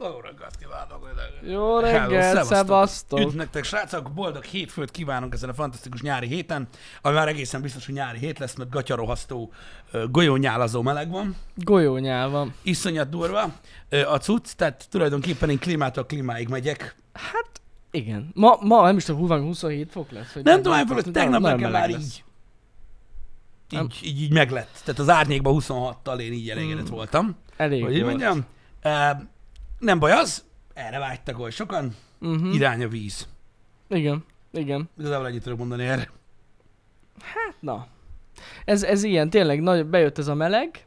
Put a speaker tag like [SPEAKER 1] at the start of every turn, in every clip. [SPEAKER 1] Jó reggelt kívánok!
[SPEAKER 2] Jó reggelt, szevasztok!
[SPEAKER 1] Üdv nektek, srácok! Boldog hétfőt kívánunk ezen a fantasztikus nyári héten, ami már egészen biztos, hogy nyári hét lesz, mert gatyarohasztó, ö, golyónyálazó meleg van.
[SPEAKER 2] Golyónyál van.
[SPEAKER 1] Iszonyat durva ö, a cucc, tehát tulajdonképpen én klímától klímáig megyek.
[SPEAKER 2] Hát igen. Ma, ma nem is tudom, húván 27 fok lesz. Hogy
[SPEAKER 1] Nem
[SPEAKER 2] meg-
[SPEAKER 1] tudom, hogy fölött tegnap
[SPEAKER 2] nagyon
[SPEAKER 1] nekem
[SPEAKER 2] meleg
[SPEAKER 1] már
[SPEAKER 2] lesz.
[SPEAKER 1] így.
[SPEAKER 2] Nem.
[SPEAKER 1] Így, így, így meglett. Tehát az árnyékban 26-tal én így elégedett voltam.
[SPEAKER 2] Elég
[SPEAKER 1] Hogy Hmm. így mondjam? Ö, Nem baj az, erre vágytak oly sokan,
[SPEAKER 2] Uh-huh.
[SPEAKER 1] irány a víz.
[SPEAKER 2] Igen, igen. Hát,
[SPEAKER 1] Igazából ennyit tudok mondani erre.
[SPEAKER 2] Na. Ez, ez ilyen, tényleg nagy, bejött ez a meleg.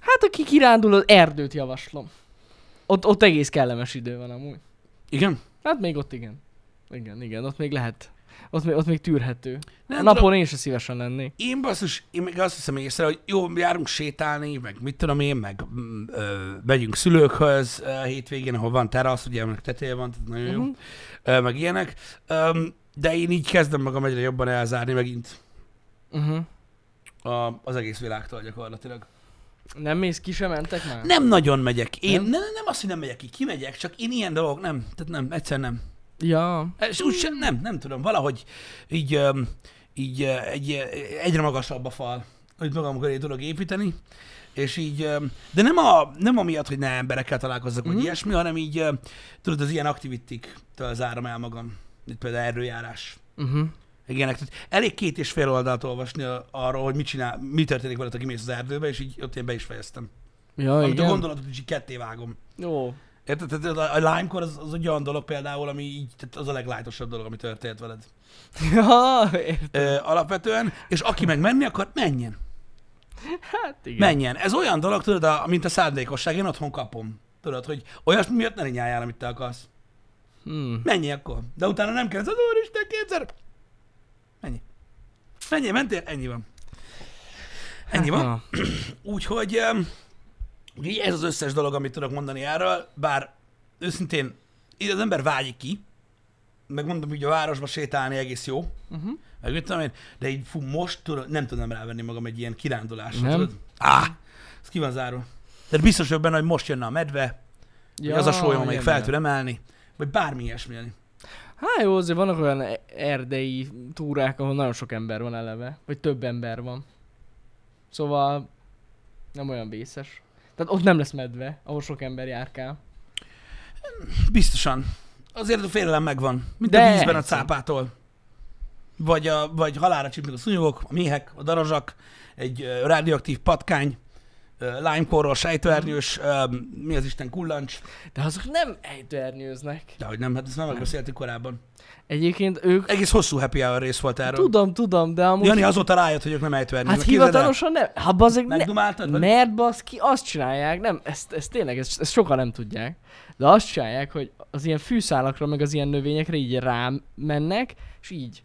[SPEAKER 2] Hát aki kirándul, az erdőt javaslom. Ott, ott egész kellemes idő van amúgy.
[SPEAKER 1] Igen?
[SPEAKER 2] Hát még ott igen. Igen, igen, ott még lehet. Ott még, ott még tűrhető.
[SPEAKER 1] Nem
[SPEAKER 2] a
[SPEAKER 1] tudom.
[SPEAKER 2] napon én se szívesen lennék.
[SPEAKER 1] Én basszus, én még azt hiszem észre, hogy jó, járunk sétálni, meg mit tudom én, meg mm, ö, megyünk szülőkhöz ö, hétvégén, ahol van terasz, ugye, meg teteje van, tehát nagyon jó,
[SPEAKER 2] Mhm.
[SPEAKER 1] ö, meg ilyenek. Öm, de én így kezdem magam egyre jobban elzárni megint
[SPEAKER 2] Uh-huh.
[SPEAKER 1] a, az egész világtól gyakorlatilag.
[SPEAKER 2] Nem mész ki, sem mentek már?
[SPEAKER 1] Nem nagyon megyek. Én
[SPEAKER 2] Nem?
[SPEAKER 1] nem, nem, nem azt, hogy nem megyek ki, kimegyek, csak én ilyen dolgok nem, tehát nem, egyszer nem.
[SPEAKER 2] Ja.
[SPEAKER 1] És úgy sem, nem, nem tudom, valahogy így, öm, így ö, egy, ö, egyre magasabb a fal, hogy magam köré tudok építeni, és így, öm, de nem, a, nem amiatt, hogy ne emberekkel találkozzak, vagy
[SPEAKER 2] Mhm.
[SPEAKER 1] ilyesmi, hanem így, ö, tudod, az ilyen aktivitiktől zárom el magam, mint például erőjárás.
[SPEAKER 2] Uh-huh.
[SPEAKER 1] meg Ilyenek. Tehát elég két és fél oldalt olvasni a- arról, hogy mit csinál, mi történik veled, aki mész az erdőbe, és így ott én be is fejeztem.
[SPEAKER 2] Ja,
[SPEAKER 1] Amit a
[SPEAKER 2] igen.
[SPEAKER 1] gondolatot is így ketté vágom.
[SPEAKER 2] Jó.
[SPEAKER 1] Érted? Tehát a a lánykor az, az egy olyan dolog például, ami így, tehát az a leglájtosabb dolog, ami történt veled.
[SPEAKER 2] Ja, ér-
[SPEAKER 1] Ö, alapvetően, és aki meg menni akar, menjen.
[SPEAKER 2] hát igen.
[SPEAKER 1] Menjen. Ez olyan dolog, tudod, a, mint a szándékosság, én otthon kapom. Tudod, hogy olyasmi miatt ne rinyáljál, amit te akarsz.
[SPEAKER 2] Hmm.
[SPEAKER 1] Menj akkor. De utána nem kell, ez az úristen kétszer. Menj. Menj, mentél, ennyi van. Ennyi van.
[SPEAKER 2] Ja.
[SPEAKER 1] Úgyhogy em, ugye ez az összes dolog, amit tudok mondani erről, bár őszintén így az ember vágyik ki, meg mondom, hogy a városba sétálni egész jó,
[SPEAKER 2] Uh-huh.
[SPEAKER 1] meg mit tudom én, de így fú, most tudod, nem tudom rávenni magam egy ilyen kirándulásra,
[SPEAKER 2] Nem?
[SPEAKER 1] tudod? Á, ez ki van zárva. Tehát biztos vagyok benne, hogy most jönne a medve, ja, vagy az a sólyom, amelyik
[SPEAKER 2] igen.
[SPEAKER 1] fel tud emelni, vagy bármi ilyesmi. Jani.
[SPEAKER 2] Hát jó, azért vannak olyan e- erdei túrák, ahol nagyon sok ember van eleve, vagy több ember van. Szóval nem olyan vészes. Tehát ott nem lesz medve, ahol sok ember járkál.
[SPEAKER 1] Biztosan. Azért a félelem megvan, mint
[SPEAKER 2] De
[SPEAKER 1] a vízben a
[SPEAKER 2] egyszer.
[SPEAKER 1] cápától. Vagy, a, vagy halára csípnek a szúnyogok, a méhek, a darazsak, egy uh, radioaktív patkány, uh, limekorról sejtőernyős, uh, mi az Isten kullancs,
[SPEAKER 2] De azok nem ejtőernyőznek.
[SPEAKER 1] de hogy nem, hát ezt már megbeszéltük korábban.
[SPEAKER 2] Egyébként ők...
[SPEAKER 1] Egész hosszú happy hour rész volt erről.
[SPEAKER 2] Tudom, tudom, de amúgy...
[SPEAKER 1] Jani azóta rájött, hogy ők nem ejtőernyőznek.
[SPEAKER 2] hát
[SPEAKER 1] Képzeld el.
[SPEAKER 2] hivatalosan nem. Hát bazeg, ne,
[SPEAKER 1] Megdumáltad? vagy?
[SPEAKER 2] Mert baszki, azt csinálják, nem, ezt, ezt tényleg, ezt, ezt sokan nem tudják, de azt csinálják, hogy az ilyen fűszálakra, meg az ilyen növényekre így rám mennek, és így.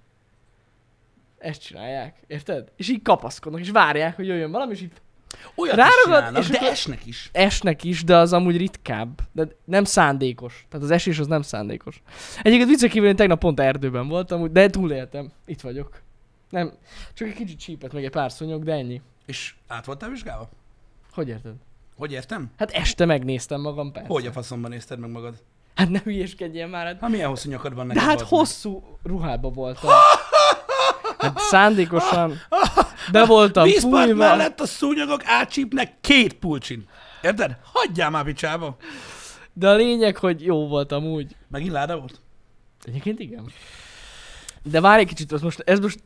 [SPEAKER 2] Ezt csinálják, érted? És így kapaszkodnak, és várják, hogy jöjjön valami, és így
[SPEAKER 1] Olyat is
[SPEAKER 2] ráragad,
[SPEAKER 1] csinálnak,
[SPEAKER 2] és
[SPEAKER 1] de
[SPEAKER 2] akkor-
[SPEAKER 1] esnek is.
[SPEAKER 2] esnek is, de az amúgy ritkább. De nem szándékos. Tehát az esés az nem szándékos. Egyébként viccek kívül én tegnap pont erdőben voltam, úgy- de túléltem. Itt vagyok. Nem, csak egy kicsit csípett meg egy pár szonyog, de ennyi.
[SPEAKER 1] És át voltál vizsgálva?
[SPEAKER 2] Hogy érted?
[SPEAKER 1] Hogy értem?
[SPEAKER 2] Hát este megnéztem magam persze.
[SPEAKER 1] Hogy a faszomban nézted meg magad?
[SPEAKER 2] Hát ne hülyéskedjél már, hát
[SPEAKER 1] Hát milyen hosszú nyakad van
[SPEAKER 2] De
[SPEAKER 1] neked?
[SPEAKER 2] hát
[SPEAKER 1] bazd meg?
[SPEAKER 2] hosszú ruhába voltam. Hát szándékosan be voltam
[SPEAKER 1] Vízpart
[SPEAKER 2] fújva.
[SPEAKER 1] mellett a szúnyogok átcsípnek két pulcsin. Érted? Hagyjál már picsába.
[SPEAKER 2] De a lényeg, hogy jó voltam úgy.
[SPEAKER 1] Megint láda volt?
[SPEAKER 2] Egyébként igen. De várj egy kicsit, az most, ez most,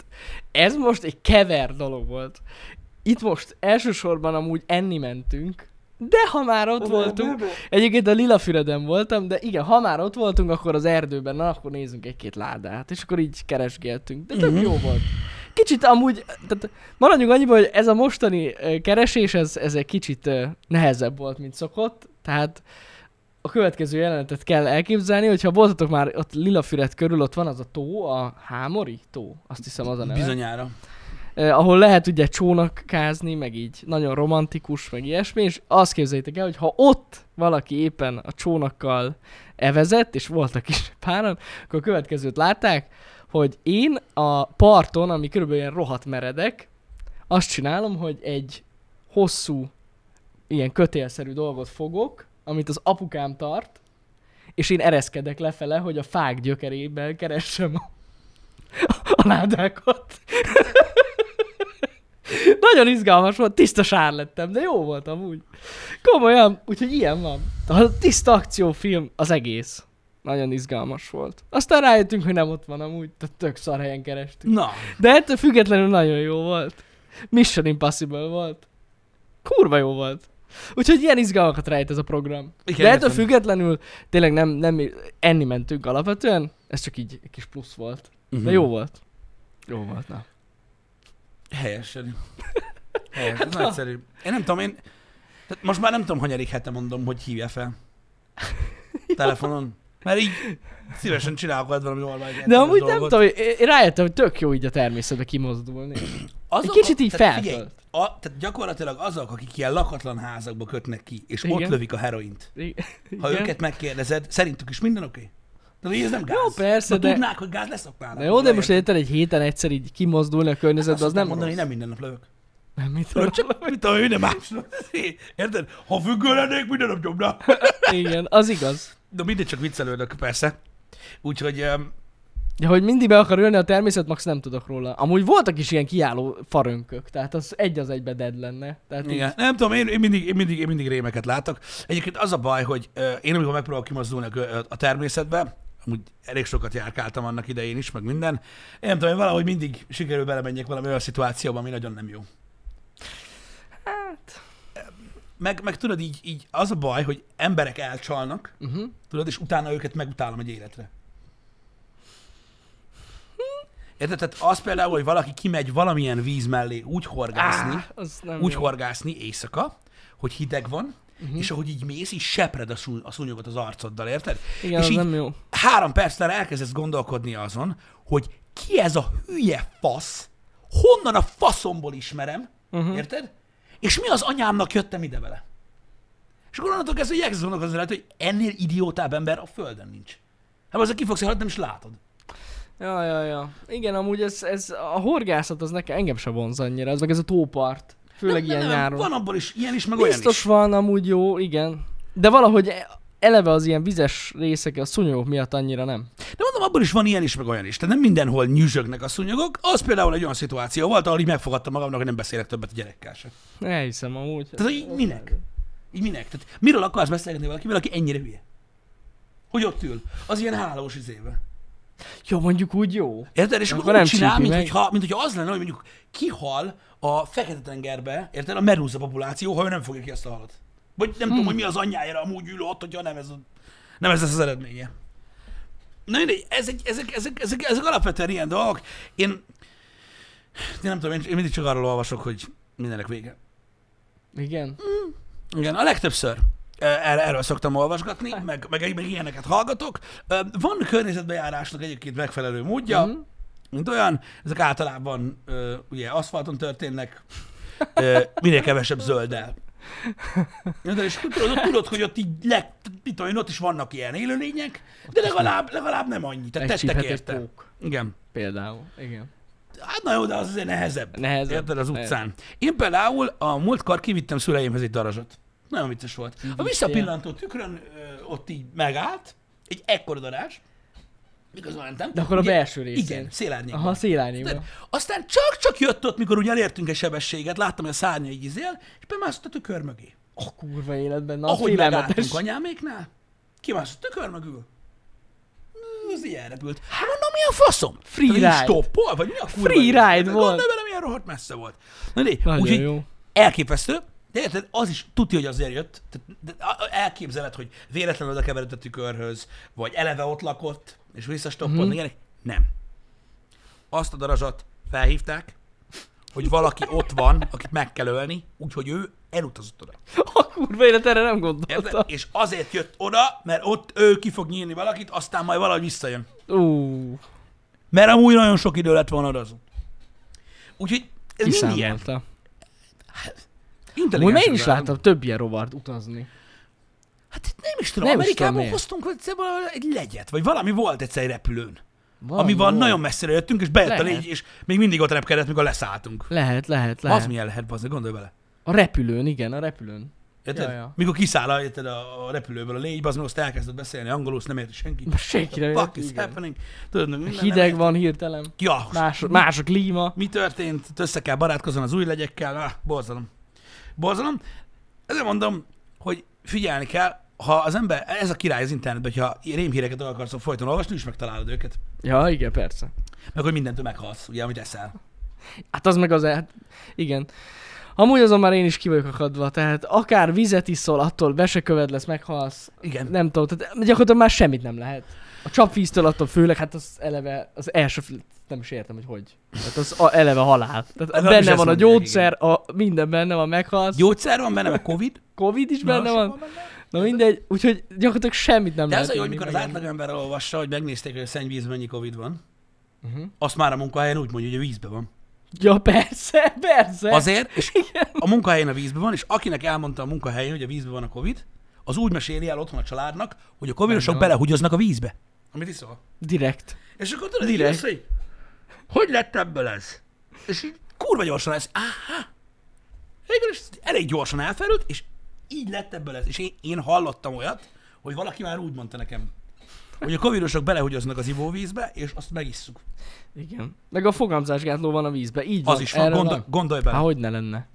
[SPEAKER 2] ez most egy kever dolog volt. Itt most elsősorban amúgy enni mentünk, de ha már ott voltunk, egyébként a Lilafüreden voltam, de igen, ha már ott voltunk, akkor az erdőben, na akkor nézzünk egy-két ládát, és akkor így keresgéltünk, de tök jó volt. Kicsit amúgy, tehát maradjunk annyiban, hogy ez a mostani ö, keresés, ez, ez egy kicsit ö, nehezebb volt, mint szokott, tehát a következő jelenetet kell elképzelni, hogyha voltatok már ott Lilafüred körül, ott van az a tó, a Hámori tó, azt hiszem az a neve.
[SPEAKER 1] Bizonyára.
[SPEAKER 2] Eh, ahol lehet ugye csónakázni, meg így nagyon romantikus, meg ilyesmi, és azt képzeljétek el, hogy ha ott valaki éppen a csónakkal evezett, és voltak is páran, akkor a következőt látták, hogy én a parton, ami körülbelül ilyen rohadt meredek, azt csinálom, hogy egy hosszú, ilyen kötélszerű dolgot fogok, amit az apukám tart, és én ereszkedek lefele, hogy a fák gyökerében keressem a, a ládákat. Nagyon izgalmas volt, tiszta sár lettem, de jó volt amúgy. Komolyan, úgyhogy ilyen van. A tiszta akciófilm az egész. Nagyon izgalmas volt. Aztán rájöttünk, hogy nem ott van amúgy, tehát tök szar helyen kerestünk.
[SPEAKER 1] Na,
[SPEAKER 2] De ettől függetlenül nagyon jó volt. Mission Impossible volt. Kurva jó volt. Úgyhogy ilyen izgalmakat rejt ez a program.
[SPEAKER 1] Igen,
[SPEAKER 2] De ettől
[SPEAKER 1] értem.
[SPEAKER 2] függetlenül tényleg nem, nem enni mentünk alapvetően, ez csak így egy kis plusz volt. De
[SPEAKER 1] Mhm.
[SPEAKER 2] jó volt. Jó volt, na.
[SPEAKER 1] helyesen. Helyes,
[SPEAKER 2] Hát
[SPEAKER 1] ez nagyszerű. Én nem tudom, én... Tehát most már nem tudom, hanyadik hete mondom, hogy hívja fel. Telefonon. Mert így szívesen csinálok veled valami normális
[SPEAKER 2] De
[SPEAKER 1] egyszerű
[SPEAKER 2] amúgy nem
[SPEAKER 1] dolgot.
[SPEAKER 2] tudom, én én rájöttem, hogy tök jó így a természetbe kimozdulni.
[SPEAKER 1] Azok,
[SPEAKER 2] Egy kicsit így
[SPEAKER 1] tehát
[SPEAKER 2] feltölt.
[SPEAKER 1] figyelj, A, tehát gyakorlatilag azok, akik ilyen lakatlan házakba kötnek ki, és Igen. ott
[SPEAKER 2] Igen.
[SPEAKER 1] lövik a heroint.
[SPEAKER 2] I-
[SPEAKER 1] Ha
[SPEAKER 2] igen.
[SPEAKER 1] őket megkérdezed, szerintük is minden oké? Tehát, hogy ez nem gáz.
[SPEAKER 2] Jó, persze,
[SPEAKER 1] Ha
[SPEAKER 2] de-
[SPEAKER 1] tudnák, hogy gáz leszoknának.
[SPEAKER 2] Na jó, de most
[SPEAKER 1] érted?
[SPEAKER 2] érted egy héten egyszer így kimozdulni a
[SPEAKER 1] Hát
[SPEAKER 2] környezetbe,
[SPEAKER 1] azt
[SPEAKER 2] az nem
[SPEAKER 1] mondani,
[SPEAKER 2] rossz.
[SPEAKER 1] nem minden nap lövök.
[SPEAKER 2] Nem, mit
[SPEAKER 1] Tudod, csak mit a ő, de más. Érted? Ha függő lennék, minden nap nyomna.
[SPEAKER 2] Igen, az igaz.
[SPEAKER 1] De mindegy, csak viccelődök, persze. Úgyhogy öm,
[SPEAKER 2] Ja, hogy mindig be akar ülni a természet, max nem tudok róla. Amúgy voltak is ilyen kiálló farönkök, tehát az egy az egybe dead lenne. Tehát
[SPEAKER 1] igen. nem tudom, én, én, mindig, én, mindig, én mindig rémeket látok. Egyébként az a baj, hogy ö, én amikor megpróbálok kimozdulni a, kö- a természetbe, amúgy elég sokat járkáltam annak idején is, meg minden. Én nem tudom, én valahogy mindig sikerül belemenjek valami olyan szituációba, ami nagyon nem jó.
[SPEAKER 2] Hát...
[SPEAKER 1] Meg, meg tudod, így, így az a baj, hogy emberek elcsalnak,
[SPEAKER 2] Uh-huh.
[SPEAKER 1] Tudod, és utána őket megutálom egy életre.
[SPEAKER 2] Hm.
[SPEAKER 1] Érted? Tehát az például, hogy valaki kimegy valamilyen víz mellé úgy horgászni,
[SPEAKER 2] Á, az nem
[SPEAKER 1] úgy
[SPEAKER 2] jó.
[SPEAKER 1] horgászni éjszaka, hogy hideg van,
[SPEAKER 2] Mhm.
[SPEAKER 1] uh-huh. és ahogy így mész, így sepred a, szúny- a szúnyogot az arcoddal, érted?
[SPEAKER 2] Igen,
[SPEAKER 1] és
[SPEAKER 2] az
[SPEAKER 1] így
[SPEAKER 2] nem jó.
[SPEAKER 1] három percre elkezdesz gondolkodni azon, hogy ki ez a hülye fasz, honnan a faszomból ismerem,
[SPEAKER 2] Mhm.
[SPEAKER 1] uh-huh. érted? És mi az anyámnak jöttem ide vele? És akkor onnantól kezdve, hogy elkezdesz az lehet, hogy ennél idiótább ember a földön nincs. Hát az ki fogsz hogy nem is látod.
[SPEAKER 2] Ja, ja, ja. Igen, amúgy ez, ez a horgászat az nekem engem se vonz annyira, az meg ez a tópart. Főleg
[SPEAKER 1] nem,
[SPEAKER 2] ilyen
[SPEAKER 1] nem,
[SPEAKER 2] nyáron.
[SPEAKER 1] Van abból is, ilyen is, meg olyan
[SPEAKER 2] Biztos
[SPEAKER 1] is.
[SPEAKER 2] van amúgy jó, igen. De valahogy e- eleve az ilyen vizes részek a szúnyogok miatt annyira nem.
[SPEAKER 1] De mondom, abból is van ilyen is, meg olyan is. Tehát nem mindenhol nyüzsögnek a szúnyogok. Az például egy olyan szituáció volt, ahol így megfogadtam magamnak, hogy nem beszélek többet a gyerekkel sem.
[SPEAKER 2] Elhiszem amúgy.
[SPEAKER 1] Tehát hogy így minek? Így minek? Tehát miről akarsz beszélgetni valakivel, aki ennyire hülye? Hogy ott ül? Az ilyen hálós izébe.
[SPEAKER 2] Jó, mondjuk úgy jó.
[SPEAKER 1] Érted? És akkor,
[SPEAKER 2] Akkor
[SPEAKER 1] úgy
[SPEAKER 2] nem
[SPEAKER 1] csinál,
[SPEAKER 2] csípi
[SPEAKER 1] mint
[SPEAKER 2] meg.
[SPEAKER 1] hogyha, mint hogyha az lenne, hogy mondjuk kihal a Fekete-tengerbe, érted? A merúza populáció, ha ő nem fogja ki azt a halat. Vagy nem
[SPEAKER 2] Hmm.
[SPEAKER 1] tudom, hogy mi az anyjára amúgy ül ott, hogyha nem ez, a, nem ez lesz az eredménye. Na mindegy, ezek, ezek, ezek, ezek, ezek alapvetően ilyen dolgok. Én, én nem tudom, én, én mindig csak arról olvasok, hogy mindenek vége.
[SPEAKER 2] Igen.
[SPEAKER 1] Mm, Igen, a legtöbbször ö, er- erről szoktam olvasgatni, meg, meg, meg ilyeneket hallgatok. Ö, Van környezetbejárásnak egyébként megfelelő módja,
[SPEAKER 2] Mhm.
[SPEAKER 1] mm-hmm. mint olyan, ezek általában ö, ugye aszfalton történnek, ö, minél kevesebb zölddel. Érted? És akkor tudod, tudod, hogy ott így le, mit tudom én, ott is vannak ilyen élőlények, de legalább, legalább nem annyi, tehát tettek
[SPEAKER 2] Megcsíphet egy
[SPEAKER 1] érte.
[SPEAKER 2] pók.
[SPEAKER 1] Igen.
[SPEAKER 2] Például. Igen.
[SPEAKER 1] Hát na jó, de az azért nehezebb.
[SPEAKER 2] Nehezebb.
[SPEAKER 1] Érted az
[SPEAKER 2] Nehezebb.
[SPEAKER 1] utcán. Én például a múltkor kivittem szüleimhez egy darazsat. Nagyon vicces volt. A visszapillantó tükrön ö, ott így megállt, egy ekkora darázs, miközben mentem.
[SPEAKER 2] De akkor a
[SPEAKER 1] Ugye-
[SPEAKER 2] belső részén.
[SPEAKER 1] Igen, szélárnyékban.
[SPEAKER 2] Aha, szélányéba.
[SPEAKER 1] Érted? Aztán csak-csak jött ott, mikor úgy elértünk egy sebességet, láttam, hogy a szárnya így izél, és bemászott a tükör mögé.
[SPEAKER 2] A kurva életben, na
[SPEAKER 1] Ahogy
[SPEAKER 2] félelmetes.
[SPEAKER 1] megálltunk anyáméknál, kimászott a tükör mögül. Mm, Az ilyen repült. Hát mondom, mi a faszom?
[SPEAKER 2] Free
[SPEAKER 1] Tehát, hogy
[SPEAKER 2] ride.
[SPEAKER 1] Stoppol, vagy mi a kurva?
[SPEAKER 2] Free
[SPEAKER 1] élet?
[SPEAKER 2] ride volt.
[SPEAKER 1] Gondolj bele, milyen rohadt messze volt. Na né,
[SPEAKER 2] Nagyon
[SPEAKER 1] úgyhogy
[SPEAKER 2] jó.
[SPEAKER 1] elképesztő, de érted, az is tudja, hogy azért jött. Tehát de a- a- elképzeled, hogy véletlenül oda keveredett a tükörhöz, vagy eleve ott lakott, és visszastoppolt,
[SPEAKER 2] Mhm.
[SPEAKER 1] mm-hmm. ilyenek. Nem. Azt a darazsat felhívták, hogy valaki ott van, akit meg kell ölni, úgyhogy ő elutazott oda.
[SPEAKER 2] A kurva élet, erre nem
[SPEAKER 1] Érted?
[SPEAKER 2] gondoltam.
[SPEAKER 1] És azért jött oda, mert ott ő ki fog nyírni valakit, aztán majd valahogy visszajön.
[SPEAKER 2] Ú,
[SPEAKER 1] Mert amúgy nagyon sok idő lett volna oda azon. Úgyhogy ez mind ilyen.
[SPEAKER 2] kiszámolta. Amúgy
[SPEAKER 1] Intelligens
[SPEAKER 2] már én is
[SPEAKER 1] ember.
[SPEAKER 2] láttam több ilyen rovart utazni.
[SPEAKER 1] Hát itt nem is tudom,
[SPEAKER 2] Nem
[SPEAKER 1] nem Amerikából
[SPEAKER 2] is tudom
[SPEAKER 1] is
[SPEAKER 2] miért.
[SPEAKER 1] hoztunk egyszer valahol egy legyet, vagy valami volt egyszer egy repülőn.
[SPEAKER 2] Valami
[SPEAKER 1] Ami van,
[SPEAKER 2] volt.
[SPEAKER 1] nagyon messzire jöttünk, és bejött a
[SPEAKER 2] Lehet.
[SPEAKER 1] légy, és még mindig ott repkedett, mikor leszálltunk.
[SPEAKER 2] Lehet, lehet, lehet.
[SPEAKER 1] Az milyen lehet, bazd, meg, gondolj bele.
[SPEAKER 2] A repülőn, igen, a repülőn.
[SPEAKER 1] Érted?
[SPEAKER 2] Ja,
[SPEAKER 1] Ja,
[SPEAKER 2] ja.
[SPEAKER 1] ja. Mikor kiszáll a, érted, a a repülőből a légy, az meg azt elkezdett beszélni angolul, azt nem érti senki.
[SPEAKER 2] Senki nem
[SPEAKER 1] Fuck
[SPEAKER 2] ért,
[SPEAKER 1] is
[SPEAKER 2] igen.
[SPEAKER 1] happening. Tudod, meg minden nem
[SPEAKER 2] Hideg
[SPEAKER 1] ért.
[SPEAKER 2] van hirtelen.
[SPEAKER 1] Ja,
[SPEAKER 2] Más, más a klíma.
[SPEAKER 1] mi történt? Össze kell barátkozni az új legyekkel. Ah, borzalom. Borzalom. Ezért mondom, hogy figyelni kell, ha az ember, ez a király az internetben, hogyha rémhíreket el akarsz folyton olvasni, is megtalálod őket.
[SPEAKER 2] Ja, igen, persze.
[SPEAKER 1] Meg hogy mindentől meghalsz, ugye, amit eszel.
[SPEAKER 2] Hát az meg az, hát igen. Amúgy azon már én is ki vagyok akadva, tehát akár vizet iszol, attól be se köved lesz, meghalsz.
[SPEAKER 1] Igen.
[SPEAKER 2] Nem tudom, tehát gyakorlatilag már semmit nem lehet. A csapvíztől attól főleg, hát az eleve, az első, fl- nem is értem, hogy hogy. Tehát az a, eleve halál. Tehát
[SPEAKER 1] Hát nem is
[SPEAKER 2] benne
[SPEAKER 1] ezt
[SPEAKER 2] van a
[SPEAKER 1] mondják,
[SPEAKER 2] gyógyszer, a, minden benne van, meghalsz. Jó.
[SPEAKER 1] Gyógyszer van benne, meg Covid.
[SPEAKER 2] Covid is benne
[SPEAKER 1] Na,
[SPEAKER 2] van.
[SPEAKER 1] sok benne.
[SPEAKER 2] Na mindegy, úgyhogy gyakorlatilag semmit nem
[SPEAKER 1] De
[SPEAKER 2] lehet.
[SPEAKER 1] az a jó, hogy
[SPEAKER 2] tudni,
[SPEAKER 1] mikor az
[SPEAKER 2] meg-
[SPEAKER 1] átlagember olvassa, hogy megnézték, hogy a szennyvízben mennyi Covid van,
[SPEAKER 2] Mhm.
[SPEAKER 1] azt már a munkahelyen úgy mondja, hogy a vízben van.
[SPEAKER 2] Ja, persze, persze.
[SPEAKER 1] Azért, és a munkahelyen a vízben van, és akinek elmondta a munkahelyen, hogy a vízben van a Covid, az úgy meséli el otthon a családnak, hogy a Covidosok
[SPEAKER 2] Benne van.
[SPEAKER 1] belehugyoznak a vízbe. Amit iszol.
[SPEAKER 2] Direkt.
[SPEAKER 1] És akkor tudod, így
[SPEAKER 2] Direkt.
[SPEAKER 1] lesz, hogy hogy lett ebből ez? És így kurva gyorsan lesz. Áhá! Végül is elég gyorsan elfelült, és így lett ebből ez. És én, én hallottam olyat, hogy valaki már úgy mondta nekem, hogy a covidosok belehugyoznak az ivóvízbe, és azt megisszuk.
[SPEAKER 2] Igen. Meg a fogamzásgátló van a vízbe, így
[SPEAKER 1] Az is van,
[SPEAKER 2] erre
[SPEAKER 1] gondol, gondolj bele.
[SPEAKER 2] Hát hogy ne lenne?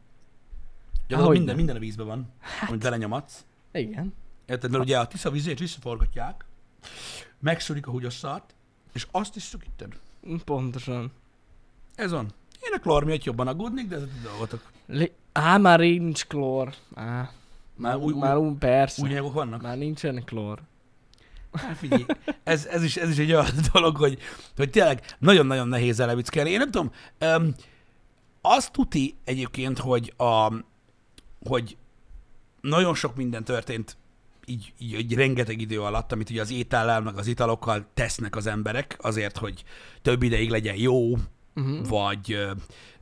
[SPEAKER 1] Gyakorlatilag
[SPEAKER 2] hogy
[SPEAKER 1] minden,
[SPEAKER 2] nem.
[SPEAKER 1] minden a vízbe van, hát. amit belenyomatsz.
[SPEAKER 2] Igen.
[SPEAKER 1] Érted? Mert ugye a tisza vizét visszaforgatják, megszűrik a húgyosszart, és azt is szükíted.
[SPEAKER 2] Mm, Pontosan.
[SPEAKER 1] Ez van. Én a klór miatt jobban aggódnék, de ez a ti dolgotok.
[SPEAKER 2] Lé... Á, már rég nincs klór. Á,
[SPEAKER 1] Már új, új,
[SPEAKER 2] már úgy, persze.
[SPEAKER 1] új anyagok vannak.
[SPEAKER 2] Már nincsen klór.
[SPEAKER 1] Hát figyelj, ez, ez, is, ez is egy olyan dolog, hogy, hogy tényleg nagyon-nagyon nehéz elevickelni. Én nem tudom, um, azt tuti egyébként, hogy, a, hogy nagyon sok minden történt így, így, így rengeteg idő alatt, amit ugye az étellel, meg az italokkal tesznek az emberek azért, hogy több ideig legyen jó, Mhm.
[SPEAKER 2] Uh-huh.
[SPEAKER 1] vagy ö,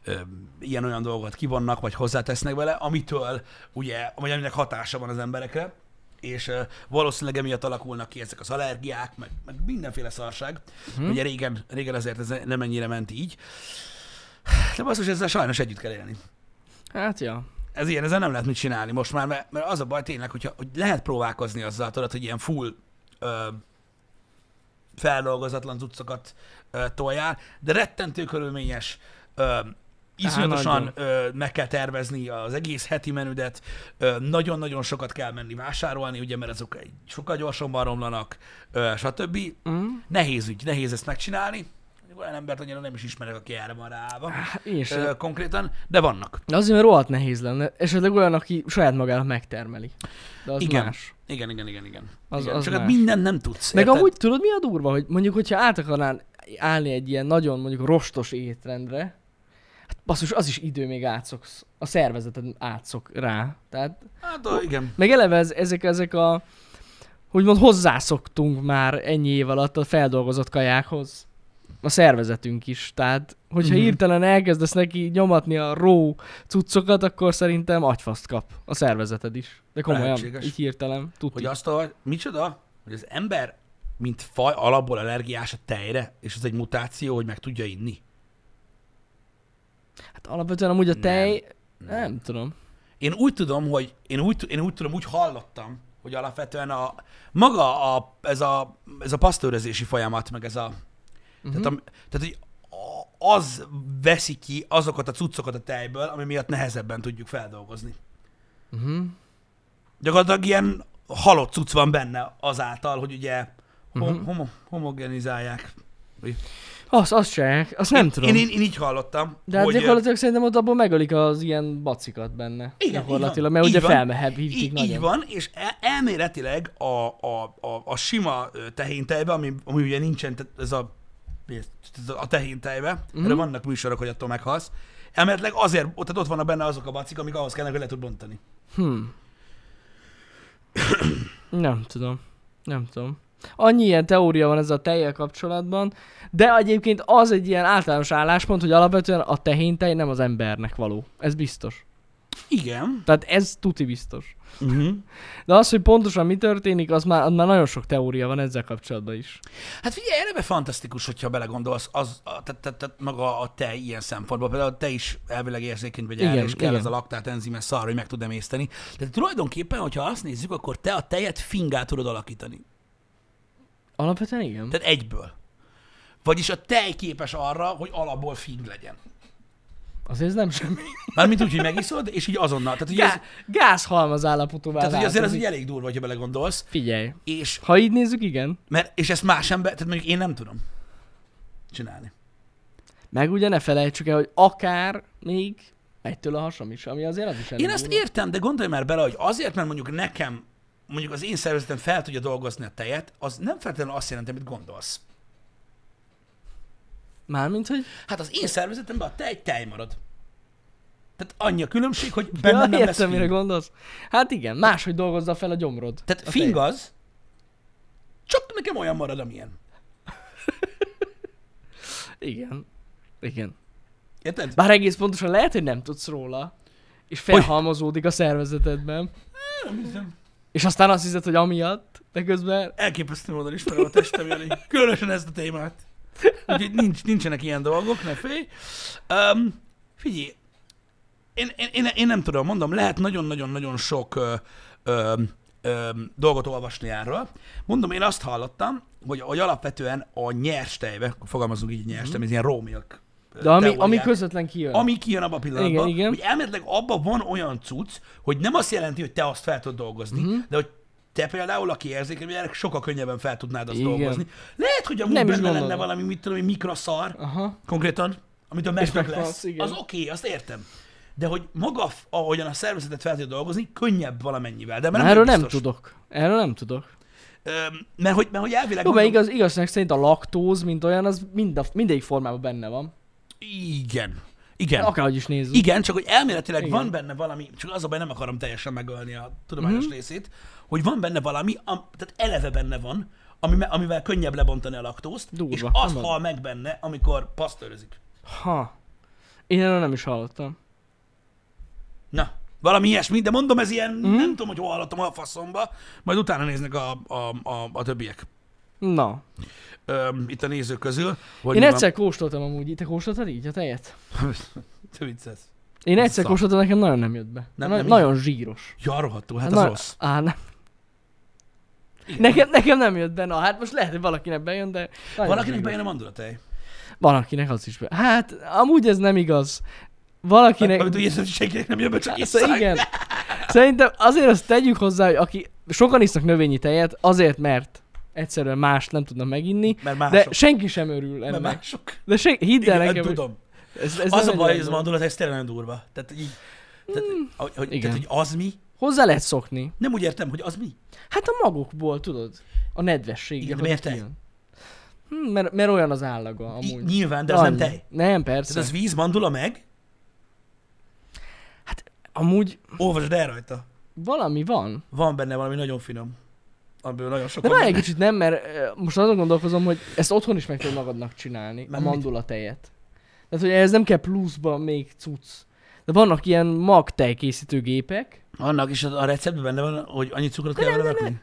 [SPEAKER 1] ö, ilyen-olyan dolgokat kivonnak, vagy hozzátesznek vele, amitől ugye, vagy aminek hatása van az emberekre, és ö, valószínűleg emiatt alakulnak ki ezek az allergiák, meg, meg mindenféle szarság.
[SPEAKER 2] Mhm.
[SPEAKER 1] Hmm. Ugye régen, régen azért ez nem ennyire ment így. De basszus, ezzel sajnos együtt kell élni.
[SPEAKER 2] Hát ja.
[SPEAKER 1] Ez ilyen, ezzel nem lehet mit csinálni most már, mert, mert az a baj tényleg, hogyha, hogy lehet próbálkozni azzal, tudod, hogy ilyen full ö, feldolgozatlan cuccokat ö, toljál, de rettentő körülményes, ö, iszonyatosan
[SPEAKER 2] nagyon.
[SPEAKER 1] ö, meg kell tervezni az egész heti menüdet, ö, nagyon-nagyon sokat kell menni vásárolni, ugye, mert azok egy- sokkal gyorsabban romlanak, ö, stb.
[SPEAKER 2] Mm.
[SPEAKER 1] Nehéz ügy, nehéz ezt megcsinálni. Olyan embert annyira nem is ismerek, aki erre van ráállva
[SPEAKER 2] Hát, Én is.
[SPEAKER 1] ö, konkrétan, de vannak.
[SPEAKER 2] De azért, mert rohadt nehéz lenne. Esetleg olyan, aki saját magának megtermeli. De az
[SPEAKER 1] Igen.
[SPEAKER 2] más.
[SPEAKER 1] Igen, igen, igen, igen.
[SPEAKER 2] Az-
[SPEAKER 1] igen.
[SPEAKER 2] az
[SPEAKER 1] Csak hát
[SPEAKER 2] más.
[SPEAKER 1] mindent nem tudsz.
[SPEAKER 2] Meg
[SPEAKER 1] érted?
[SPEAKER 2] amúgy tudod mi a durva, hogy mondjuk, hogyha át akarnál állni egy ilyen nagyon mondjuk rostos étrendre, hát basszus, az is idő még átszoksz, a szervezeted átszok rá. Tehát,
[SPEAKER 1] Hát, ó, igen.
[SPEAKER 2] meg eleve ez, ezek, ezek a, úgymond hozzászoktunk már ennyi év alatt a feldolgozott kajákhoz. A szervezetünk is, tehát hogyha
[SPEAKER 1] Mhm.
[SPEAKER 2] hirtelen elkezdesz neki nyomatni a ró cuccokat, akkor szerintem agyfaszt kap a szervezeted is. De komolyan,
[SPEAKER 1] Lehetséges.
[SPEAKER 2] így hirtelen,
[SPEAKER 1] Hogy
[SPEAKER 2] tudni.
[SPEAKER 1] azt a, micsoda? Hogy az ember, mint faj, alapból allergiás a tejre, és ez egy mutáció, hogy meg tudja inni.
[SPEAKER 2] Hát alapvetően amúgy a
[SPEAKER 1] Nem.
[SPEAKER 2] tej, nem, nem tudom.
[SPEAKER 1] Én úgy tudom, hogy én úgy, én úgy tudom, úgy hallottam, hogy alapvetően a maga a, ez, a, ez a pasztőrözési folyamat, meg ez a,
[SPEAKER 2] Uh-huh.
[SPEAKER 1] Tehát, am, tehát hogy a- az veszi ki azokat a cuccokat a tejből, ami miatt nehezebben tudjuk feldolgozni. Mhm.
[SPEAKER 2] Uh-huh.
[SPEAKER 1] Gyakorlatilag ilyen halott cucc van benne azáltal, hogy ugye
[SPEAKER 2] Mhm.
[SPEAKER 1] hom- homo- homogenizálják.
[SPEAKER 2] Azt, azt se, azt nem tudom.
[SPEAKER 1] Én, én, én így hallottam.
[SPEAKER 2] de hát
[SPEAKER 1] hogy,
[SPEAKER 2] gyakorlatilag szerintem ott abból megölik az ilyen bacikat benne.
[SPEAKER 1] Igen, így van.
[SPEAKER 2] gyakorlatilag, mert
[SPEAKER 1] Így
[SPEAKER 2] ugye
[SPEAKER 1] van.
[SPEAKER 2] felmehebb
[SPEAKER 1] így,
[SPEAKER 2] hívtik
[SPEAKER 1] így
[SPEAKER 2] nagyon.
[SPEAKER 1] van, és el, elméletileg a, a, a, a sima ö, tehéntejbe, ami, ami ugye nincsen, tehát ez a, mi ez, ez a tehéntejbe,
[SPEAKER 2] Mhm.
[SPEAKER 1] mm-hmm. erre vannak műsorok, hogy attól meghalsz, elméletileg azért, ott- tehát ott vannak benne azok a bacik, amik ahhoz kellene, hogy le tud bontani.
[SPEAKER 2] Hm. nem tudom. Nem tudom. Annyi ilyen teória van ezzel a tejjel kapcsolatban, de egyébként az egy ilyen általános álláspont, hogy alapvetően a tehéntej nem az embernek való. Ez biztos.
[SPEAKER 1] Igen.
[SPEAKER 2] Tehát ez tuti biztos.
[SPEAKER 1] Mhm.
[SPEAKER 3] Uh-huh.
[SPEAKER 2] De az, hogy pontosan mi történik, az már, az már nagyon sok teória van ezzel kapcsolatban is.
[SPEAKER 1] Hát figyelj, eleve fantasztikus, hogyha belegondolsz, az, a, tehát, tehát, tehát maga a te ilyen szempontból, például te is elvileg érzékeny vagy erre,
[SPEAKER 2] Igen,
[SPEAKER 1] és kell
[SPEAKER 2] igen.
[SPEAKER 1] ez a laktát enzime szar, hogy meg tud emészteni. Tehát tulajdonképpen, hogyha azt nézzük, akkor te a tejet fingát tudod alakítani.
[SPEAKER 2] Alapvetően igen.
[SPEAKER 1] Tehát egyből. Vagyis a tej képes arra, hogy alapból fing legyen.
[SPEAKER 2] Azért ez nem semmi.
[SPEAKER 1] Mármint úgy, hogy megiszod, és így azonnal. Tehát, hogy, az,
[SPEAKER 2] Gá- gázhalmaz állapotúvá
[SPEAKER 1] tehát, hogy azért ez
[SPEAKER 2] változik.
[SPEAKER 1] így elég durva, hogyha belegondolsz.
[SPEAKER 2] Figyelj,
[SPEAKER 1] És,
[SPEAKER 2] ha így nézzük, igen.
[SPEAKER 1] mert, és ezt más ember, tehát mondjuk én nem tudom csinálni.
[SPEAKER 2] Meg ugye ne felejtsük el, hogy akár még egytől a hasam is, ami azért az is elég
[SPEAKER 1] Én ezt
[SPEAKER 2] durva.
[SPEAKER 1] értem, de gondolj már bele, hogy azért, mert mondjuk nekem, mondjuk az én szervezetem fel tudja dolgozni a tejet, az nem feltétlenül azt jelenti, amit gondolsz.
[SPEAKER 2] Mármint, hogy...
[SPEAKER 1] Hát az én szervezetemben a tej tej marad. Tehát annyi a különbség, hogy bennem nem
[SPEAKER 2] ja,
[SPEAKER 1] lesz
[SPEAKER 2] értem, mire
[SPEAKER 1] fing.
[SPEAKER 2] gondolsz. Hát igen, máshogy dolgozza fel a gyomrod.
[SPEAKER 1] Tehát
[SPEAKER 2] A
[SPEAKER 1] fing
[SPEAKER 2] tej.
[SPEAKER 1] az, csak nekem olyan marad, amilyen.
[SPEAKER 2] Igen. Igen.
[SPEAKER 1] Érted?
[SPEAKER 2] Bár egész pontosan lehet, hogy nem tudsz róla, és felhalmozódik a szervezetedben,
[SPEAKER 1] Nem hiszem.
[SPEAKER 2] és aztán azt hiszed, hogy amiatt, de közben
[SPEAKER 1] Elképesztő módon ismerem a testem, Jani. Különösen ezt a témát. Úgyhogy nincs, nincsenek ilyen dolgok, ne félj. Um, figyelj, én, én, én, én nem tudom, mondom, lehet nagyon-nagyon-nagyon sok ö, ö, ö, dolgot olvasni erről. Mondom, én azt hallottam, hogy, hogy alapvetően a nyers tejbe, fogalmazunk így nyers tejbe, ez ilyen rómiak.
[SPEAKER 2] Mhm. De ami, ami közvetlen kijön. Ami...
[SPEAKER 1] ami kijön abban a pillanatban,
[SPEAKER 2] Igen, igen.
[SPEAKER 1] hogy elméletileg abban van olyan cucc, hogy nem azt jelenti, hogy te azt fel tudod dolgozni,
[SPEAKER 2] Mhm.
[SPEAKER 1] mm-hmm. de hogy te például, aki érzékeny, vagy, erre sokkal könnyebben fel tudnád azt
[SPEAKER 2] Igen.
[SPEAKER 1] dolgozni. Lehet, hogy amúgy
[SPEAKER 2] Nem is
[SPEAKER 1] benne lenne
[SPEAKER 2] gondolom.
[SPEAKER 1] valami, mit tudom, én, mikroszar,
[SPEAKER 2] Aha.
[SPEAKER 1] konkrétan, amitől meccsnek
[SPEAKER 2] meghalsz,
[SPEAKER 1] lesz.
[SPEAKER 2] igen.
[SPEAKER 1] Az oké, okay, azt értem. De hogy maga, f- ahogyan a szervezetet fel tudod dolgozni, könnyebb valamennyivel. De mert
[SPEAKER 2] Erről nem
[SPEAKER 1] biztos.
[SPEAKER 2] tudok. Erről nem tudok.
[SPEAKER 1] Öm, mert, hogy, mert hogy elvileg...
[SPEAKER 2] Jó, mert
[SPEAKER 1] mondom-
[SPEAKER 2] igaz, igazság szerint a laktóz, mint olyan, az mind a, mindegyik formában benne van.
[SPEAKER 1] Igen. Igen.
[SPEAKER 2] Akárhogy is nézzük.
[SPEAKER 1] Igen, csak hogy elméletileg
[SPEAKER 2] Hm? Igen.
[SPEAKER 1] van benne valami, csak az a baj, nem akarom teljesen megölni a tudományos
[SPEAKER 2] Hm?
[SPEAKER 1] mm-hmm. részét, hogy van benne valami, am, tehát eleve benne van, ami, amivel könnyebb lebontani a laktózt,
[SPEAKER 2] Durva,
[SPEAKER 1] és azt
[SPEAKER 2] hamar.
[SPEAKER 1] hal meg benne, amikor pasztőrözik.
[SPEAKER 2] Ha. Én erről nem is hallottam.
[SPEAKER 1] Na, valami ilyesmi, de mondom, ez
[SPEAKER 2] Hm?
[SPEAKER 1] ilyen, mm. nem tudom, hogy hol hallottam a faszomba, majd utána néznek a, a, a, a többiek
[SPEAKER 2] Na.
[SPEAKER 1] Öm, itt a nézők közül. Hogy
[SPEAKER 2] Én
[SPEAKER 1] mi
[SPEAKER 2] egyszer kóstoltam amúgy. Te kóstoltad így a tejet?
[SPEAKER 1] Van. Te viccelsz.
[SPEAKER 2] Én egyszer
[SPEAKER 1] Szar.
[SPEAKER 2] kóstoltam, nekem nagyon nem jött be.
[SPEAKER 1] Nem, nem
[SPEAKER 2] Nem, nagyon,
[SPEAKER 1] így?
[SPEAKER 2] nagyon zsíros.
[SPEAKER 1] Ja, rohadtul, hát az
[SPEAKER 2] Na-
[SPEAKER 1] rossz.
[SPEAKER 2] Á, nem. Nekem, nekem nem jött be, na hát most lehet, hogy valakinek bejön, de... nagyon
[SPEAKER 1] Valakinek
[SPEAKER 2] zsíros.
[SPEAKER 1] bejön a mandulatej.
[SPEAKER 2] Van, akinek az is be. Hát, amúgy ez nem igaz. Valakinek...
[SPEAKER 1] Amit úgy észre, hogy senkinek nem jön be, csak
[SPEAKER 2] Szóval
[SPEAKER 1] iszák.
[SPEAKER 2] igen. Szerintem azért azt tegyük hozzá, hogy aki sokan isznak növényi tejet, azért, mert egyszerűen más nem tudnak meginni,
[SPEAKER 1] Mert
[SPEAKER 2] de
[SPEAKER 1] mások.
[SPEAKER 2] senki sem örül
[SPEAKER 1] Mert
[SPEAKER 2] ennek.
[SPEAKER 1] mások.
[SPEAKER 2] De se, hidd el
[SPEAKER 1] Igen,
[SPEAKER 2] nekem,
[SPEAKER 1] hát
[SPEAKER 2] hogy-
[SPEAKER 1] tudom.
[SPEAKER 2] Ez, ez
[SPEAKER 1] az a
[SPEAKER 2] nem
[SPEAKER 1] baj,
[SPEAKER 2] egy
[SPEAKER 1] hogy ez a
[SPEAKER 2] olyan dolog. Hmm.
[SPEAKER 1] mandulat, ez tényleg nagyon durva. Tehát, így, tehát, hogy, hogy,
[SPEAKER 2] Igen.
[SPEAKER 1] tehát, hogy az mi?
[SPEAKER 2] Hozzá lehet szokni.
[SPEAKER 1] Nem úgy értem, hogy az mi.
[SPEAKER 2] Hát a magukból, tudod? A nedvesség.
[SPEAKER 1] Igen, de miért te?
[SPEAKER 2] Hm, mert, mert olyan az állaga
[SPEAKER 1] I,
[SPEAKER 2] amúgy.
[SPEAKER 1] nyilván, de az nem
[SPEAKER 2] Annyi.
[SPEAKER 1] tej.
[SPEAKER 2] Nem, persze.
[SPEAKER 1] Tehát az víz, mandula meg,
[SPEAKER 2] Amúgy
[SPEAKER 1] olvasd el rajta.
[SPEAKER 2] valami van.
[SPEAKER 1] Van benne valami nagyon finom. Amiből nagyon sok
[SPEAKER 2] De várj egy kicsit nem, mert ö, most azon gondolkozom, hogy ezt otthon is meg tudod magadnak csinálni,
[SPEAKER 1] Már
[SPEAKER 2] a
[SPEAKER 1] mit?
[SPEAKER 2] mandula tejet. Tehát, hogy ez nem kell pluszba még cucc. De vannak ilyen mag tejkészítő gépek.
[SPEAKER 1] Annak is a a receptben benne van, hogy annyi cukrot kell vele rakni.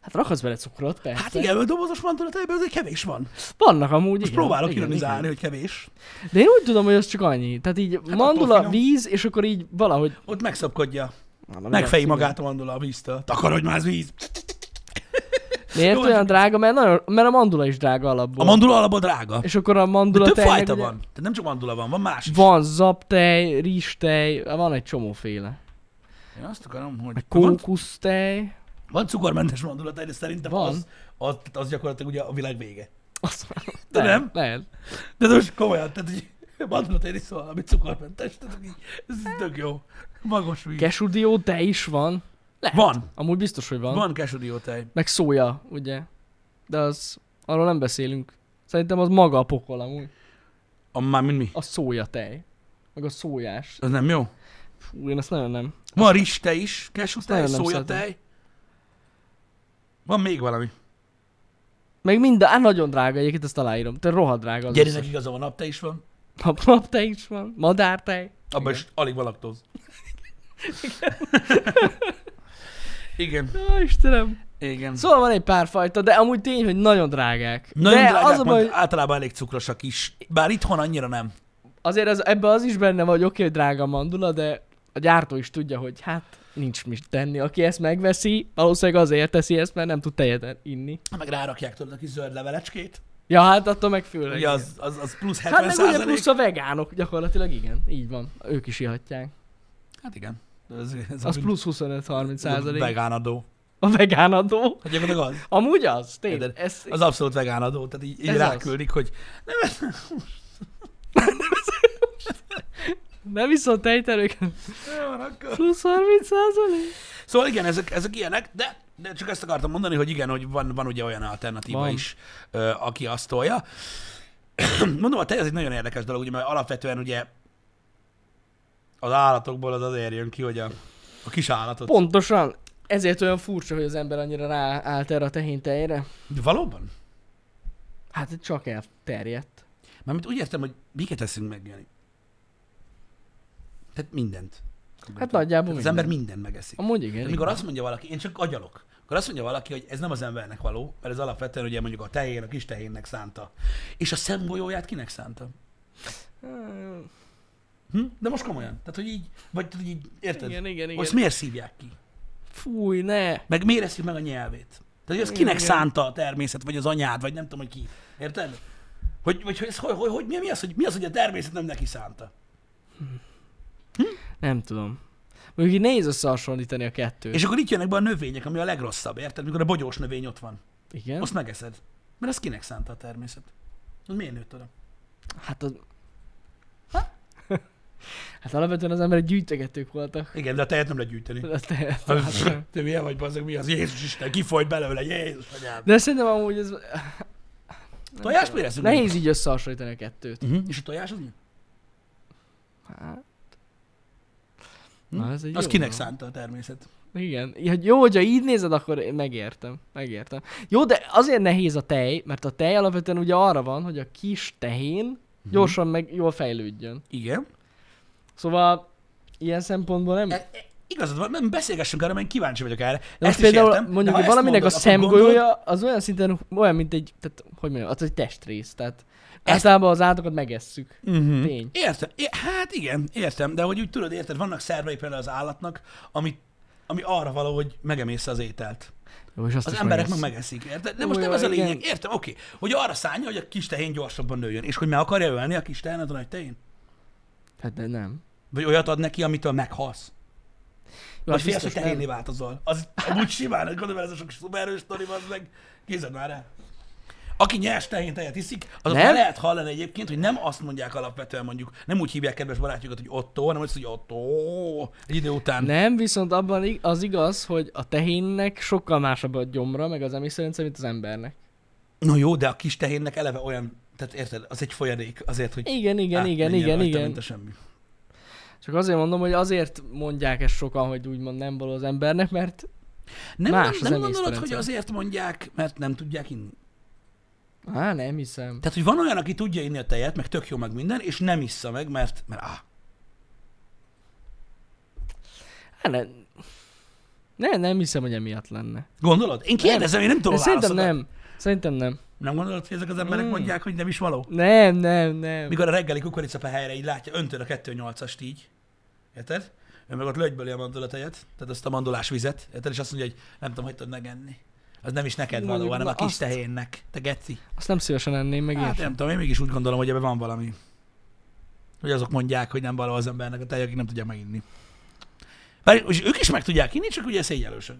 [SPEAKER 2] Hát rakhatsz bele cukrot, persze.
[SPEAKER 1] Hát igen, mert a dobozos mandula tejben azért kevés van.
[SPEAKER 2] Vannak amúgy,
[SPEAKER 1] Most
[SPEAKER 2] igen,
[SPEAKER 1] próbálok
[SPEAKER 2] igen,
[SPEAKER 1] ironizálni, hogy kevés.
[SPEAKER 2] igen. De én úgy tudom, hogy az csak annyi. Tehát így hát mandula,
[SPEAKER 1] finom.
[SPEAKER 2] víz, és akkor így valahogy...
[SPEAKER 1] Ott megszapkodja.
[SPEAKER 2] Valami
[SPEAKER 1] Megfej
[SPEAKER 2] lesz,
[SPEAKER 1] magát a mandula a víztől. Takarodj már az víz.
[SPEAKER 2] igen. Miért
[SPEAKER 1] Jó,
[SPEAKER 2] olyan drága? Mert, nagyon, mert a mandula is drága
[SPEAKER 1] A
[SPEAKER 2] alapból.
[SPEAKER 1] mandula alapban drága.
[SPEAKER 2] És akkor a
[SPEAKER 1] De
[SPEAKER 2] mandula
[SPEAKER 1] több
[SPEAKER 2] tejnek
[SPEAKER 1] fajta
[SPEAKER 2] ugye-
[SPEAKER 1] van. Tehát nem csak mandula van, van más is.
[SPEAKER 2] Van zaptej, rizstej, van egy csomóféle.
[SPEAKER 1] Én azt akarom, hogy...
[SPEAKER 2] Meg
[SPEAKER 1] Van
[SPEAKER 2] kókusztej.
[SPEAKER 1] Van cukormentes mandulatáj, de szerintem
[SPEAKER 2] Van.
[SPEAKER 1] Az, az, az gyakorlatilag ugye a világ vége.
[SPEAKER 2] Azt
[SPEAKER 1] De nem?
[SPEAKER 2] Lehet.
[SPEAKER 1] De ez most komolyan, tehát hogy mandulatáj is szól, ami cukormentes, tehát így, ez így tök jó. Magos víz.
[SPEAKER 2] Kesudió, te is van. Lehet.
[SPEAKER 1] Van.
[SPEAKER 2] Amúgy biztos, hogy van.
[SPEAKER 1] Van kesodiótáj.
[SPEAKER 2] Meg szója, ugye. De az, arról nem beszélünk. Szerintem az maga a pokol amúgy.
[SPEAKER 1] A már mint mi?
[SPEAKER 2] A szója tej. Meg a szójás.
[SPEAKER 1] Az nem jó?
[SPEAKER 2] Fú, én ezt nagyon nem.
[SPEAKER 1] Van riste is, kesotej,
[SPEAKER 2] nagyon nem
[SPEAKER 1] szójatej. Van még valami.
[SPEAKER 2] Meg minden, á, nagyon drága, egyébként ezt aláírom. Te rohadt drága az
[SPEAKER 1] Gyerének igaza van, naptej is van.
[SPEAKER 2] Naptej is van, madártej.
[SPEAKER 1] Abban
[SPEAKER 2] Igen.
[SPEAKER 1] is alig van laktóz. Igen.
[SPEAKER 2] Ó, Istenem.
[SPEAKER 1] Igen.
[SPEAKER 2] Szóval van egy pár fajta, de amúgy tény, hogy nagyon drágák.
[SPEAKER 1] Nagyon
[SPEAKER 2] de
[SPEAKER 1] drágák,
[SPEAKER 2] az a baj,
[SPEAKER 1] meg általában elég cukrosak is. Bár itthon annyira nem.
[SPEAKER 2] azért az, ebbe az is benne van, hogy oké, hogy drága a mandula, de a gyártó is tudja, hogy hát nincs mit tenni. Aki ezt megveszi, valószínűleg azért teszi ezt, mert nem tud tejet inni.
[SPEAKER 1] Meg rárakják tudod a kis zöld levelecskét.
[SPEAKER 2] Ja, hát attól meg főleg.
[SPEAKER 1] Ugye az, az, az plusz 70
[SPEAKER 2] hát meg ugye plusz a vegánok gyakorlatilag, igen. Így van. Ők is ihatják.
[SPEAKER 1] Hát igen. Ez, ez
[SPEAKER 2] Az plusz 25-30 százalék.
[SPEAKER 1] Vegánadó.
[SPEAKER 2] A vegán adó.
[SPEAKER 1] Hát gyakorlatilag az.
[SPEAKER 2] Amúgy az, tényleg.
[SPEAKER 1] Érted?
[SPEAKER 2] Ez,
[SPEAKER 1] Az abszolút vegán adó, tehát így, így
[SPEAKER 2] Ez
[SPEAKER 1] ráküldik, hogy
[SPEAKER 2] nem viszont tejterőket.
[SPEAKER 1] "Jó van, akkor."
[SPEAKER 2] Plusz 30 százalék.
[SPEAKER 1] Szóval igen, ezek, ezek ilyenek, de, de csak ezt akartam mondani, hogy igen, hogy van, van ugye olyan alternatíva
[SPEAKER 2] Van.
[SPEAKER 1] van. is, ö, aki azt tolja. Mondom, a tej az egy nagyon érdekes dolog, ugye, mert alapvetően ugye az állatokból az azért jön ki, hogy a, a kis állatot.
[SPEAKER 2] Pontosan. Ezért olyan furcsa, hogy az ember annyira ráállt erre a tehén tejre.
[SPEAKER 1] De Valóban?
[SPEAKER 2] Hát csak elterjedt.
[SPEAKER 1] Mármint úgy értem, hogy miket eszünk meg, Jani. Tehát mindent.
[SPEAKER 2] Hát nagyjából
[SPEAKER 1] Az ember mindent megeszik.
[SPEAKER 2] Amúgy igen.
[SPEAKER 1] Amikor azt mondja valaki, én csak agyalok, akkor azt mondja valaki, hogy ez nem az embernek való, mert ez alapvetően ugye mondjuk a tehén, a kis tehénnek szánta. És a szemgolyóját kinek szánta?
[SPEAKER 2] igen.
[SPEAKER 1] Hm? De most komolyan. Tehát, hogy így, vagy tudod, így, érted?
[SPEAKER 2] Igen, igen, igen.
[SPEAKER 1] Azt miért szívják ki?
[SPEAKER 2] Fúj, ne!
[SPEAKER 1] Meg miért eszik meg a nyelvét? Tehát, hogy az
[SPEAKER 2] Igen,
[SPEAKER 1] kinek
[SPEAKER 2] igen.
[SPEAKER 1] szánta a természet, vagy az anyád, vagy nem tudom, hogy ki. Érted? Hogy, vagy, hogy, ez, hogy, hogy, hogy mi, mi, az, hogy mi az, hogy a természet nem neki szánta?
[SPEAKER 2] Nem tudom. Mondjuk így nehéz összehasonlítani a kettőt.
[SPEAKER 1] És akkor itt jönnek be a növények, ami a legrosszabb, érted? Mikor a bogyós növény ott van.
[SPEAKER 2] Igen?
[SPEAKER 1] Azt megeszed. Mert ez kinek szánta a természet? Az Miért nőtt oda?
[SPEAKER 2] Hát az... hát alapvetően az emberek gyűjtögetők voltak.
[SPEAKER 1] Igen, de a tejet nem lehet gyűjteni.
[SPEAKER 2] De te-
[SPEAKER 1] Az- Te milyen vagy, bazdmeg, mi az? Jézus Isten, kifolyt belőle, Jézus anyám.
[SPEAKER 2] De szerintem amúgy ez... hát
[SPEAKER 1] Tojás miért eszünk?
[SPEAKER 2] Nehéz így összehasonlítani a kettőt.
[SPEAKER 1] Uh-huh. És a tojás az mi?
[SPEAKER 2] Hát...
[SPEAKER 1] Hm?
[SPEAKER 2] Na, ez egy
[SPEAKER 1] Az
[SPEAKER 2] jó
[SPEAKER 1] kinek
[SPEAKER 2] dolog.
[SPEAKER 1] szánta a természet?
[SPEAKER 2] Igen. Ja, jó, hogyha így nézed, akkor én megértem. Megértem. Jó, de azért nehéz a tej, mert a tej alapvetően ugye arra van, hogy a kis tehén
[SPEAKER 1] Mhm.
[SPEAKER 2] gyorsan meg jól fejlődjön.
[SPEAKER 1] Igen.
[SPEAKER 2] Szóval ilyen szempontból nem...
[SPEAKER 1] E, e, igazad van, nem beszélgessünk erre, mert én kíváncsi vagyok erre.
[SPEAKER 2] De most
[SPEAKER 1] Ezt is
[SPEAKER 2] például
[SPEAKER 1] értem, de
[SPEAKER 2] mondjuk,
[SPEAKER 1] ha
[SPEAKER 2] hogy
[SPEAKER 1] ezt
[SPEAKER 2] valaminek
[SPEAKER 1] mondod,
[SPEAKER 2] a
[SPEAKER 1] akkor gondolod-
[SPEAKER 2] szemgolyója az olyan szinten olyan, mint egy, tehát, hogy mondjam, az egy testrész, tehát
[SPEAKER 1] Ezt-
[SPEAKER 2] általában az állatokat megesszük.
[SPEAKER 1] Mhm.
[SPEAKER 2] Tény.
[SPEAKER 1] Értem. É, hát igen, értem, de hogy úgy tudod, érted, vannak szervei például az állatnak, ami, ami arra való, hogy megemész az ételt.
[SPEAKER 2] Jó, és azt
[SPEAKER 1] Az
[SPEAKER 2] is
[SPEAKER 1] emberek meg
[SPEAKER 2] megesszük.
[SPEAKER 1] megeszik, érted? De most
[SPEAKER 2] Jó,
[SPEAKER 1] nem
[SPEAKER 2] jó,
[SPEAKER 1] ez a
[SPEAKER 2] igen.
[SPEAKER 1] lényeg, értem, oké. Hogy arra szánja, hogy a kis tehén gyorsabban nőjön, és hogy meg akarja ölni a kis tehenet a nagy tehén?
[SPEAKER 2] Hát de nem.
[SPEAKER 1] Vagy olyat ad neki, amitől meghalsz?
[SPEAKER 2] Jó,
[SPEAKER 1] Vagy félsz,
[SPEAKER 2] hát
[SPEAKER 1] hogy
[SPEAKER 2] biztos nem.
[SPEAKER 1] tehénné változol. Az amúgy simán, gondolom, ez a sok szuperős sztori, az meg kézed már el. Aki nyers tehén tejet iszik, azok
[SPEAKER 2] Nem?
[SPEAKER 1] nem? lehet hallani egyébként, hogy nem azt mondják alapvetően mondjuk, nem úgy hívják kedves barátjukat, hogy Otto, hanem azt, hogy Otto egy idő után. Ne.
[SPEAKER 2] Nem, viszont abban ig- az igaz, hogy a tehénnek sokkal másabb a gyomra, meg az emészőrendszer, mint az embernek.
[SPEAKER 1] No jó, de a kis tehénnek eleve olyan, tehát érted, az egy folyadék azért, hogy
[SPEAKER 2] Igen, igen, igen,
[SPEAKER 1] átmenjen
[SPEAKER 2] igen,
[SPEAKER 1] rajta, mint
[SPEAKER 2] igen.
[SPEAKER 1] a semmi.
[SPEAKER 2] Csak azért mondom, hogy azért mondják ezt sokan, hogy úgymond nem való az embernek, mert
[SPEAKER 1] Nem,
[SPEAKER 2] Más az
[SPEAKER 1] nem, nem gondolod, hogy
[SPEAKER 2] emésztőrendszer.
[SPEAKER 1] azért mondják, mert nem tudják inni.
[SPEAKER 2] Á, nem hiszem.
[SPEAKER 1] Tehát, hogy van olyan, aki tudja inni a tejet, meg tök jó meg minden, és nem issza meg, mert, mert áh,
[SPEAKER 2] Á, ne... Ne, nem hiszem, hogy emiatt lenne.
[SPEAKER 1] Gondolod? Én kérdezem, én nem
[SPEAKER 2] De
[SPEAKER 1] tudom a
[SPEAKER 2] szerintem
[SPEAKER 1] válaszokat.
[SPEAKER 2] nem. Szerintem nem.
[SPEAKER 1] Nem gondolod, hogy ezek az emberek
[SPEAKER 2] Mm.
[SPEAKER 1] mm. mondják, hogy nem is való?
[SPEAKER 2] Nem, nem, nem.
[SPEAKER 1] Mikor a reggeli kukoricapehelyre így látja, öntöd a 2.8-ast így, érted? Ő meg ott lögyböli a mandulatejet, tehát azt a mandulás vizet, érted? És azt mondja, hogy nem tudom, hogy tudod megenni. Az nem is neked való,
[SPEAKER 2] Mondjuk,
[SPEAKER 1] hanem
[SPEAKER 2] na
[SPEAKER 1] a kis
[SPEAKER 2] azt-
[SPEAKER 1] tehénnek. Te geci.
[SPEAKER 2] Azt nem szívesen enném, meg
[SPEAKER 1] Hát
[SPEAKER 2] hát,
[SPEAKER 1] nem tudom, én mégis úgy gondolom, hogy ebben van valami. Hogy azok mondják, hogy nem való az embernek a tej, akik nem tudják meginni. Bár, és ők is meg tudják inni, csak ugye szégyelősök.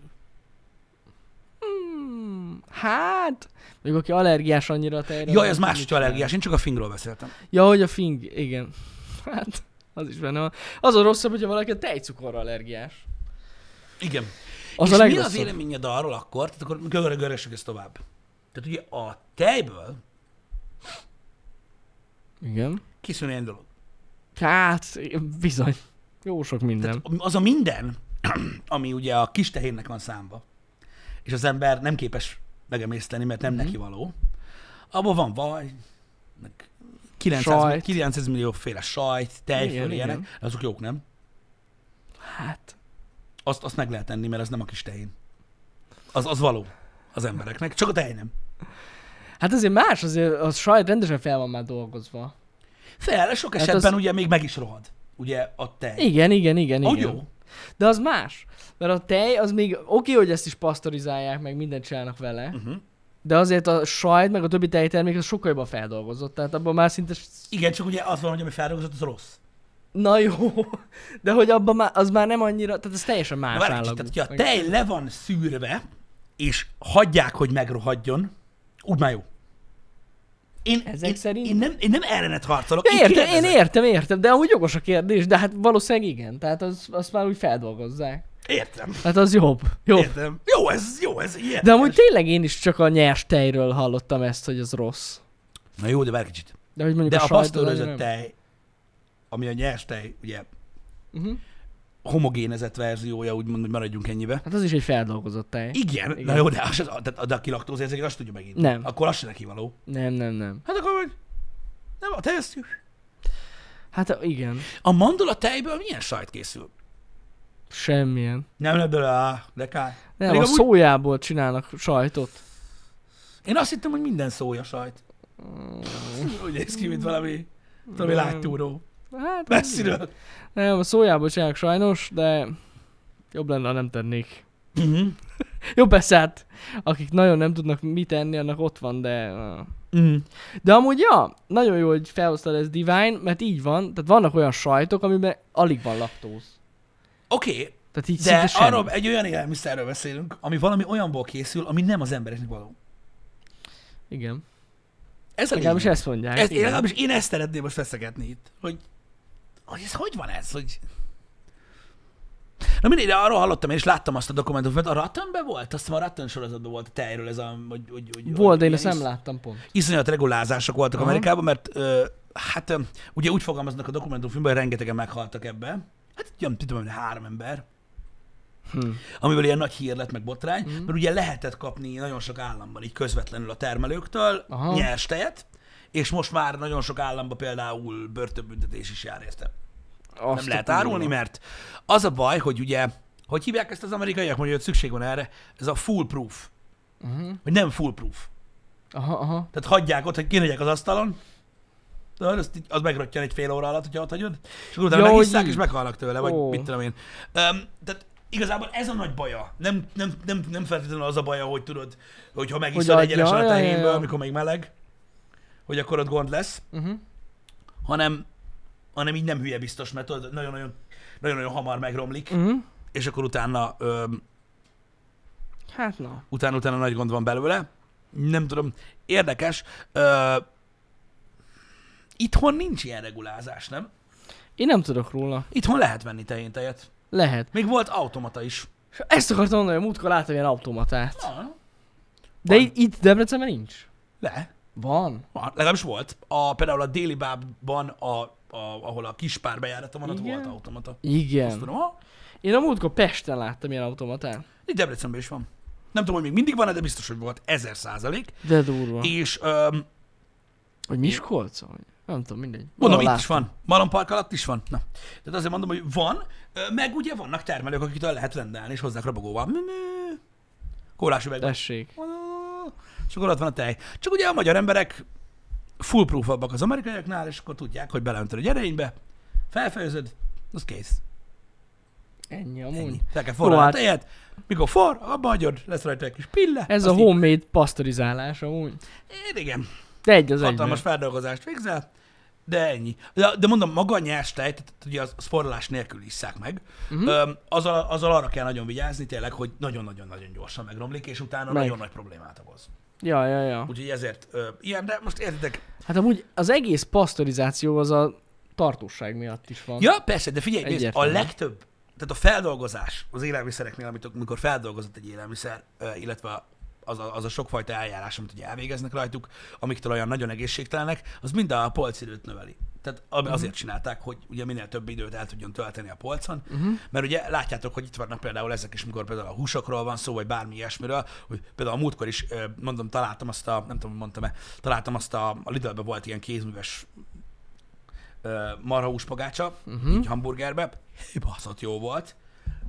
[SPEAKER 2] hmm, hát, még aki allergiás annyira a
[SPEAKER 1] Jaj,
[SPEAKER 2] tejre. nem
[SPEAKER 1] az
[SPEAKER 2] tud
[SPEAKER 1] más,
[SPEAKER 2] mit
[SPEAKER 1] hogy allergiás, én csak a fingról beszéltem.
[SPEAKER 2] csinálni. Ja, hogy a fing, igen. Hát, az is benne van. Az a rosszabb, hogyha valaki a tejcukorra allergiás.
[SPEAKER 1] Igen.
[SPEAKER 2] Az
[SPEAKER 1] és
[SPEAKER 2] a
[SPEAKER 1] mi a
[SPEAKER 2] legrosszabb.
[SPEAKER 1] véleményed arról akkor, tehát akkor görög- görögessük ezt tovább. Tehát ugye a tejből
[SPEAKER 2] Igen.
[SPEAKER 1] készül ilyen dolog.
[SPEAKER 2] Hát, bizony. Jó sok minden.
[SPEAKER 1] Tehát az a minden, ami ugye a kis tehénnek van számba, és az ember nem képes megemészteni, mert nem
[SPEAKER 2] Mhm.
[SPEAKER 1] neki való, abban van vaj, meg 900,
[SPEAKER 2] Sajt.
[SPEAKER 1] 900 millió féle sajt, tejföl,
[SPEAKER 2] Igen,
[SPEAKER 1] ilyenek,
[SPEAKER 2] igen.
[SPEAKER 1] azok jók, nem?
[SPEAKER 2] Hát,
[SPEAKER 1] Azt, azt meg lehet enni, mert az nem a kis tején. Az, az való az embereknek, csak a tej nem.
[SPEAKER 2] hát azért más, azért a sajt rendesen fel van már dolgozva.
[SPEAKER 1] Fel, sok
[SPEAKER 2] Hát
[SPEAKER 1] esetben
[SPEAKER 2] az-
[SPEAKER 1] ugye még meg is rohad, ugye a tej.
[SPEAKER 2] Igen, igen, igen,
[SPEAKER 1] Ahogy
[SPEAKER 2] igen.
[SPEAKER 1] Ah, jó.
[SPEAKER 2] De az más. Mert a tej, az még oké, okay, hogy ezt is pasztorizálják, meg mindent csinálnak vele,
[SPEAKER 1] Uh-huh.
[SPEAKER 2] de azért a sajt, meg a többi tejtermék az sokkal jobban feldolgozott, tehát abban már szinte... s-
[SPEAKER 1] Igen, csak ugye az van, hogy ami feldolgozott, az rossz.
[SPEAKER 2] Na jó, de hogy abban már, az már nem annyira, tehát ez teljesen
[SPEAKER 1] Na,
[SPEAKER 2] más
[SPEAKER 1] várj kicsit,
[SPEAKER 2] állagú.
[SPEAKER 1] tehát, hogyha a tej le van szűrve, és hagyják, hogy megrohadjon, úgy már jó. Én,
[SPEAKER 2] Ezek
[SPEAKER 1] én,
[SPEAKER 2] szerint?
[SPEAKER 1] Én nem, én nem ellenet harcolok.
[SPEAKER 2] Ja, értem,
[SPEAKER 1] kérdezek.
[SPEAKER 2] én értem, értem, de amúgy jogos a kérdés, de hát valószínűleg igen, tehát az, azt már úgy feldolgozzák.
[SPEAKER 1] Értem.
[SPEAKER 2] Hát az jobb, jobb.
[SPEAKER 1] Értem. Jó, ez, jó, ez ilyen.
[SPEAKER 2] De amúgy tényleg én is csak a nyers tejről hallottam ezt, hogy az rossz.
[SPEAKER 1] Na jó, de várj kicsit.
[SPEAKER 2] De hogy mondjuk
[SPEAKER 1] De
[SPEAKER 2] a,
[SPEAKER 1] a
[SPEAKER 2] sajt az
[SPEAKER 1] pasztőrözött
[SPEAKER 2] annyira
[SPEAKER 1] tej, ami a nyers tej, ugye
[SPEAKER 2] nem. Mhm.
[SPEAKER 1] homogénezett verziója, úgymond, hogy maradjunk ennyibe.
[SPEAKER 2] Hát az is egy feldolgozott tej.
[SPEAKER 1] Igen, Igen. na
[SPEAKER 2] Igen.
[SPEAKER 1] jó, de, az, de, de aki laktózérzékeny, azt tudja megint.
[SPEAKER 2] Nem.
[SPEAKER 1] Akkor az se neki való.
[SPEAKER 2] Nem, nem, nem.
[SPEAKER 1] Hát akkor meg... Nem, a tejesztjük.
[SPEAKER 2] Hát igen,
[SPEAKER 1] A mandula tejből milyen sajt készül?
[SPEAKER 2] semmilyen.
[SPEAKER 1] Nem ebből a de kár.
[SPEAKER 2] Nem,
[SPEAKER 1] Pedig
[SPEAKER 2] a
[SPEAKER 1] amúgy-
[SPEAKER 2] szójából csinálnak sajtot.
[SPEAKER 1] Én azt hittem, hogy minden szója sajt. Mm. Úgy néz ki, mint valami, valami
[SPEAKER 2] Nem.
[SPEAKER 1] lágytúró.
[SPEAKER 2] Hát,
[SPEAKER 1] Messziről.
[SPEAKER 2] Nem, a szójából csinálnak sajnos, de jobb lenne, ha nem tennék.
[SPEAKER 1] Mhm.
[SPEAKER 2] Jobb beszállt. Akik nagyon nem tudnak mit enni, annak ott van, de... ah.
[SPEAKER 1] Mhm.
[SPEAKER 2] De amúgy, ja, nagyon jó, hogy felhoztad ez Divine, mert így van, tehát vannak olyan sajtok, amiben alig van laktóz.
[SPEAKER 1] Oké,
[SPEAKER 2] Tehát így
[SPEAKER 1] de
[SPEAKER 2] szinte semmi.
[SPEAKER 1] arról egy olyan élelmiszerről beszélünk, ami valami olyanból készül, ami nem az embereknek való.
[SPEAKER 2] Igen.
[SPEAKER 1] Ez a
[SPEAKER 2] Legalábbis
[SPEAKER 1] lényeg.
[SPEAKER 2] ezt mondják.
[SPEAKER 1] Ezt, én,
[SPEAKER 2] igen.
[SPEAKER 1] legalábbis én ezt szeretném most feszegetni itt, hogy, hogy ez hogy van ez, hogy... Na mindegy, de arról hallottam, én is láttam azt a dokumentumot, a Rattenben volt? Azt hiszem a Ratten sorozatban volt a tejről ez a... Hogy, hogy, hogy,
[SPEAKER 2] Volt, de
[SPEAKER 1] hogy
[SPEAKER 2] én ezt
[SPEAKER 1] ilyen
[SPEAKER 2] nem láttam pont.
[SPEAKER 1] iszonyat regulázások voltak
[SPEAKER 2] Aha.
[SPEAKER 1] Amerikában, mert ö, hát ö, ugye úgy fogalmaznak a dokumentumfilmben, hogy rengetegen meghaltak ebbe. Hát nem tudom, hogy három ember,
[SPEAKER 2] Hm.
[SPEAKER 1] amiből ilyen nagy hír lett, meg botrány,
[SPEAKER 2] Mhm.
[SPEAKER 1] mm. mert ugye lehetett kapni nagyon sok államban így közvetlenül a termelőktől
[SPEAKER 2] Aha.
[SPEAKER 1] Aha. nyers tejet, és most már nagyon sok államban például börtönbüntetés is jár érte.
[SPEAKER 2] Azt
[SPEAKER 1] Nem lehet
[SPEAKER 2] a kurva.
[SPEAKER 1] árulni, mert az a baj, hogy ugye, hogy hívják ezt az amerikaiak, mondja, hogy szükség van erre, ez a foolproof,
[SPEAKER 2] Mhm.
[SPEAKER 1] vagy nem foolproof.
[SPEAKER 2] Aha, aha.
[SPEAKER 1] Tehát hagyják ott, hogy kinegyek az asztalon, tudod, azt így, az megrottyan egy fél óra alatt, hogyha ott hagyod, és akkor utána
[SPEAKER 2] Ja, hogy
[SPEAKER 1] megisszák,
[SPEAKER 2] így.
[SPEAKER 1] és meghalnak tőle, vagy
[SPEAKER 2] Ó.
[SPEAKER 1] mit tudom én. Um, tehát igazából ez a nagy baja. Nem, nem, nem, nem feltétlenül az a baja, hogy tudod, hogy ha megiszol
[SPEAKER 2] adja,
[SPEAKER 1] egyenesen a
[SPEAKER 2] ja, ja,
[SPEAKER 1] tehénből,
[SPEAKER 2] ja.
[SPEAKER 1] amikor még meleg, hogy akkor ott gond lesz,
[SPEAKER 2] Uh-huh.
[SPEAKER 1] hanem, hanem így nem hülye biztos, mert tudod, nagyon-nagyon nagyon-nagyon hamar megromlik,
[SPEAKER 2] Uh-huh.
[SPEAKER 1] és akkor utána, öm,
[SPEAKER 2] Hát na.
[SPEAKER 1] utána, utána nagy gond van belőle. Nem tudom, érdekes. Ö, itthon nincs ilyen regulázás, nem?
[SPEAKER 2] Én nem tudok róla.
[SPEAKER 1] Itthon lehet venni tején tejet.
[SPEAKER 2] Lehet.
[SPEAKER 1] Még volt automata is.
[SPEAKER 2] S Ezt akartam mondani, hogy múltkor láttam ilyen automatát.
[SPEAKER 1] Van.
[SPEAKER 2] De
[SPEAKER 1] Van.
[SPEAKER 2] itt, itt Debrecenben nincs.
[SPEAKER 1] Le.
[SPEAKER 2] Van.
[SPEAKER 1] Van. Legalábbis volt. A, például a déli bábban, a, a, ahol a kis pár bejárata van, ott
[SPEAKER 2] Igen?
[SPEAKER 1] volt automata. Azt
[SPEAKER 2] Igen.
[SPEAKER 1] tudom, ha?
[SPEAKER 2] Én a múltkor Pesten láttam ilyen automatát.
[SPEAKER 1] Itt Debrecenben is van. Nem tudom, hogy még mindig van de biztos, hogy volt. Ezer százalék.
[SPEAKER 2] De durva.
[SPEAKER 1] És öm,
[SPEAKER 2] Vagy Miskolca? Vagy? Nem tudom, mindegy.
[SPEAKER 1] Mondom,
[SPEAKER 2] Valahol
[SPEAKER 1] itt is
[SPEAKER 2] láttam.
[SPEAKER 1] van. Malompark alatt is van. Na. Tehát azért mondom, hogy van, ö, meg ugye vannak termelők, akitől lehet rendelni, és hozzák rabogóval. Mű-mű. Kólás üvegben.
[SPEAKER 2] Tessék.
[SPEAKER 1] És akkor ott van a tej. Csak ugye a magyar emberek foolproofabbak az amerikaiaknál, és akkor tudják, hogy beleöntöd a gyereinkbe, felfejezed, az kész.
[SPEAKER 2] Ennyi
[SPEAKER 1] Ennyi.
[SPEAKER 2] amúgy.
[SPEAKER 1] Fel kell forralni a
[SPEAKER 2] hát-
[SPEAKER 1] tejet, mikor for, abba hagyod, lesz rajta egy kis pille.
[SPEAKER 2] Ez a
[SPEAKER 1] azt
[SPEAKER 2] homemade pasztorizálás amúgy.
[SPEAKER 1] így- Igen,
[SPEAKER 2] De egy az egyben.
[SPEAKER 1] hatalmas feldolgozást végzel, de ennyi. De, de mondom, maga a nyers tej, tehát ugye az, az forralás nélkül isszák meg,
[SPEAKER 2] Mhm.
[SPEAKER 1] Öm, azzal, azzal arra kell nagyon vigyázni tényleg, hogy nagyon-nagyon-nagyon gyorsan megromlik, és utána
[SPEAKER 2] Meg.
[SPEAKER 1] nagyon nagy problémát okoz.
[SPEAKER 2] Ja, ja, ja.
[SPEAKER 1] Úgyhogy ezért ö, ilyen, de most értitek?
[SPEAKER 2] Hát amúgy az egész pasztorizáció az a tartóság miatt is van.
[SPEAKER 1] Ja, persze, de figyelj, nézd, a
[SPEAKER 2] Egyértelmű.
[SPEAKER 1] legtöbb, tehát a feldolgozás az élelmiszereknél, amit, amikor feldolgozott egy élelmiszer, ö, illetve az a, az a sokfajta eljárás, amit ugye elvégeznek rajtuk, amiktől olyan nagyon egészségtelenek, az mind a polcidőt növeli. Tehát ami
[SPEAKER 2] Mhm.
[SPEAKER 1] azért csinálták, hogy ugye minél több időt el tudjon tölteni a polcon,
[SPEAKER 2] Uh-huh.
[SPEAKER 1] Mert ugye látjátok, hogy itt vannak például ezek is, mikor például a húsokról van szó, vagy bármi ilyesmiről, hogy például a múltkor is, ö, mondom, találtam azt a, nem tudom, hogy mondtam-e, találtam azt a, a Lidlbe volt ilyen kézműves ö, marhahús pagácsa,
[SPEAKER 2] Mhm.
[SPEAKER 1] így hamburgerbe. Hé, Baszott jó volt.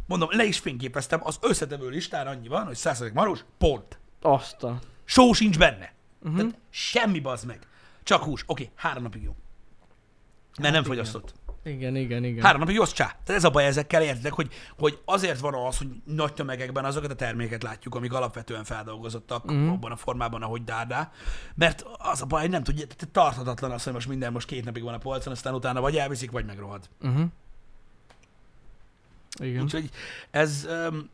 [SPEAKER 1] Mondom, le is fényképeztem, az összetevő listán annyi van, hogy 100 marhús, pont.
[SPEAKER 2] Azt a...
[SPEAKER 1] Só sincs benne.
[SPEAKER 2] Mhm.
[SPEAKER 1] Uh-huh. Tehát semmi bazd meg. Csak hús. Oké, okay, három napig jó. Mert nem fogyasztott.
[SPEAKER 2] Hát Igen, igen, igen.
[SPEAKER 1] Három napig jó, az csá. Tehát ez a baj ezekkel, értitek, hogy, hogy azért van az, hogy nagy tömegekben azokat a terméket látjuk, amik alapvetően feldolgozottak
[SPEAKER 2] Mhm.
[SPEAKER 1] mm. abban a formában, ahogy dárdá. Mert az a baj, hogy nem tudja, tehát tarthatatlan az, hogy most minden most két napig van a polcon, aztán utána vagy elviszik, vagy megrohad.
[SPEAKER 2] Uh-huh. Igen.
[SPEAKER 1] Úgyhogy ez, öm,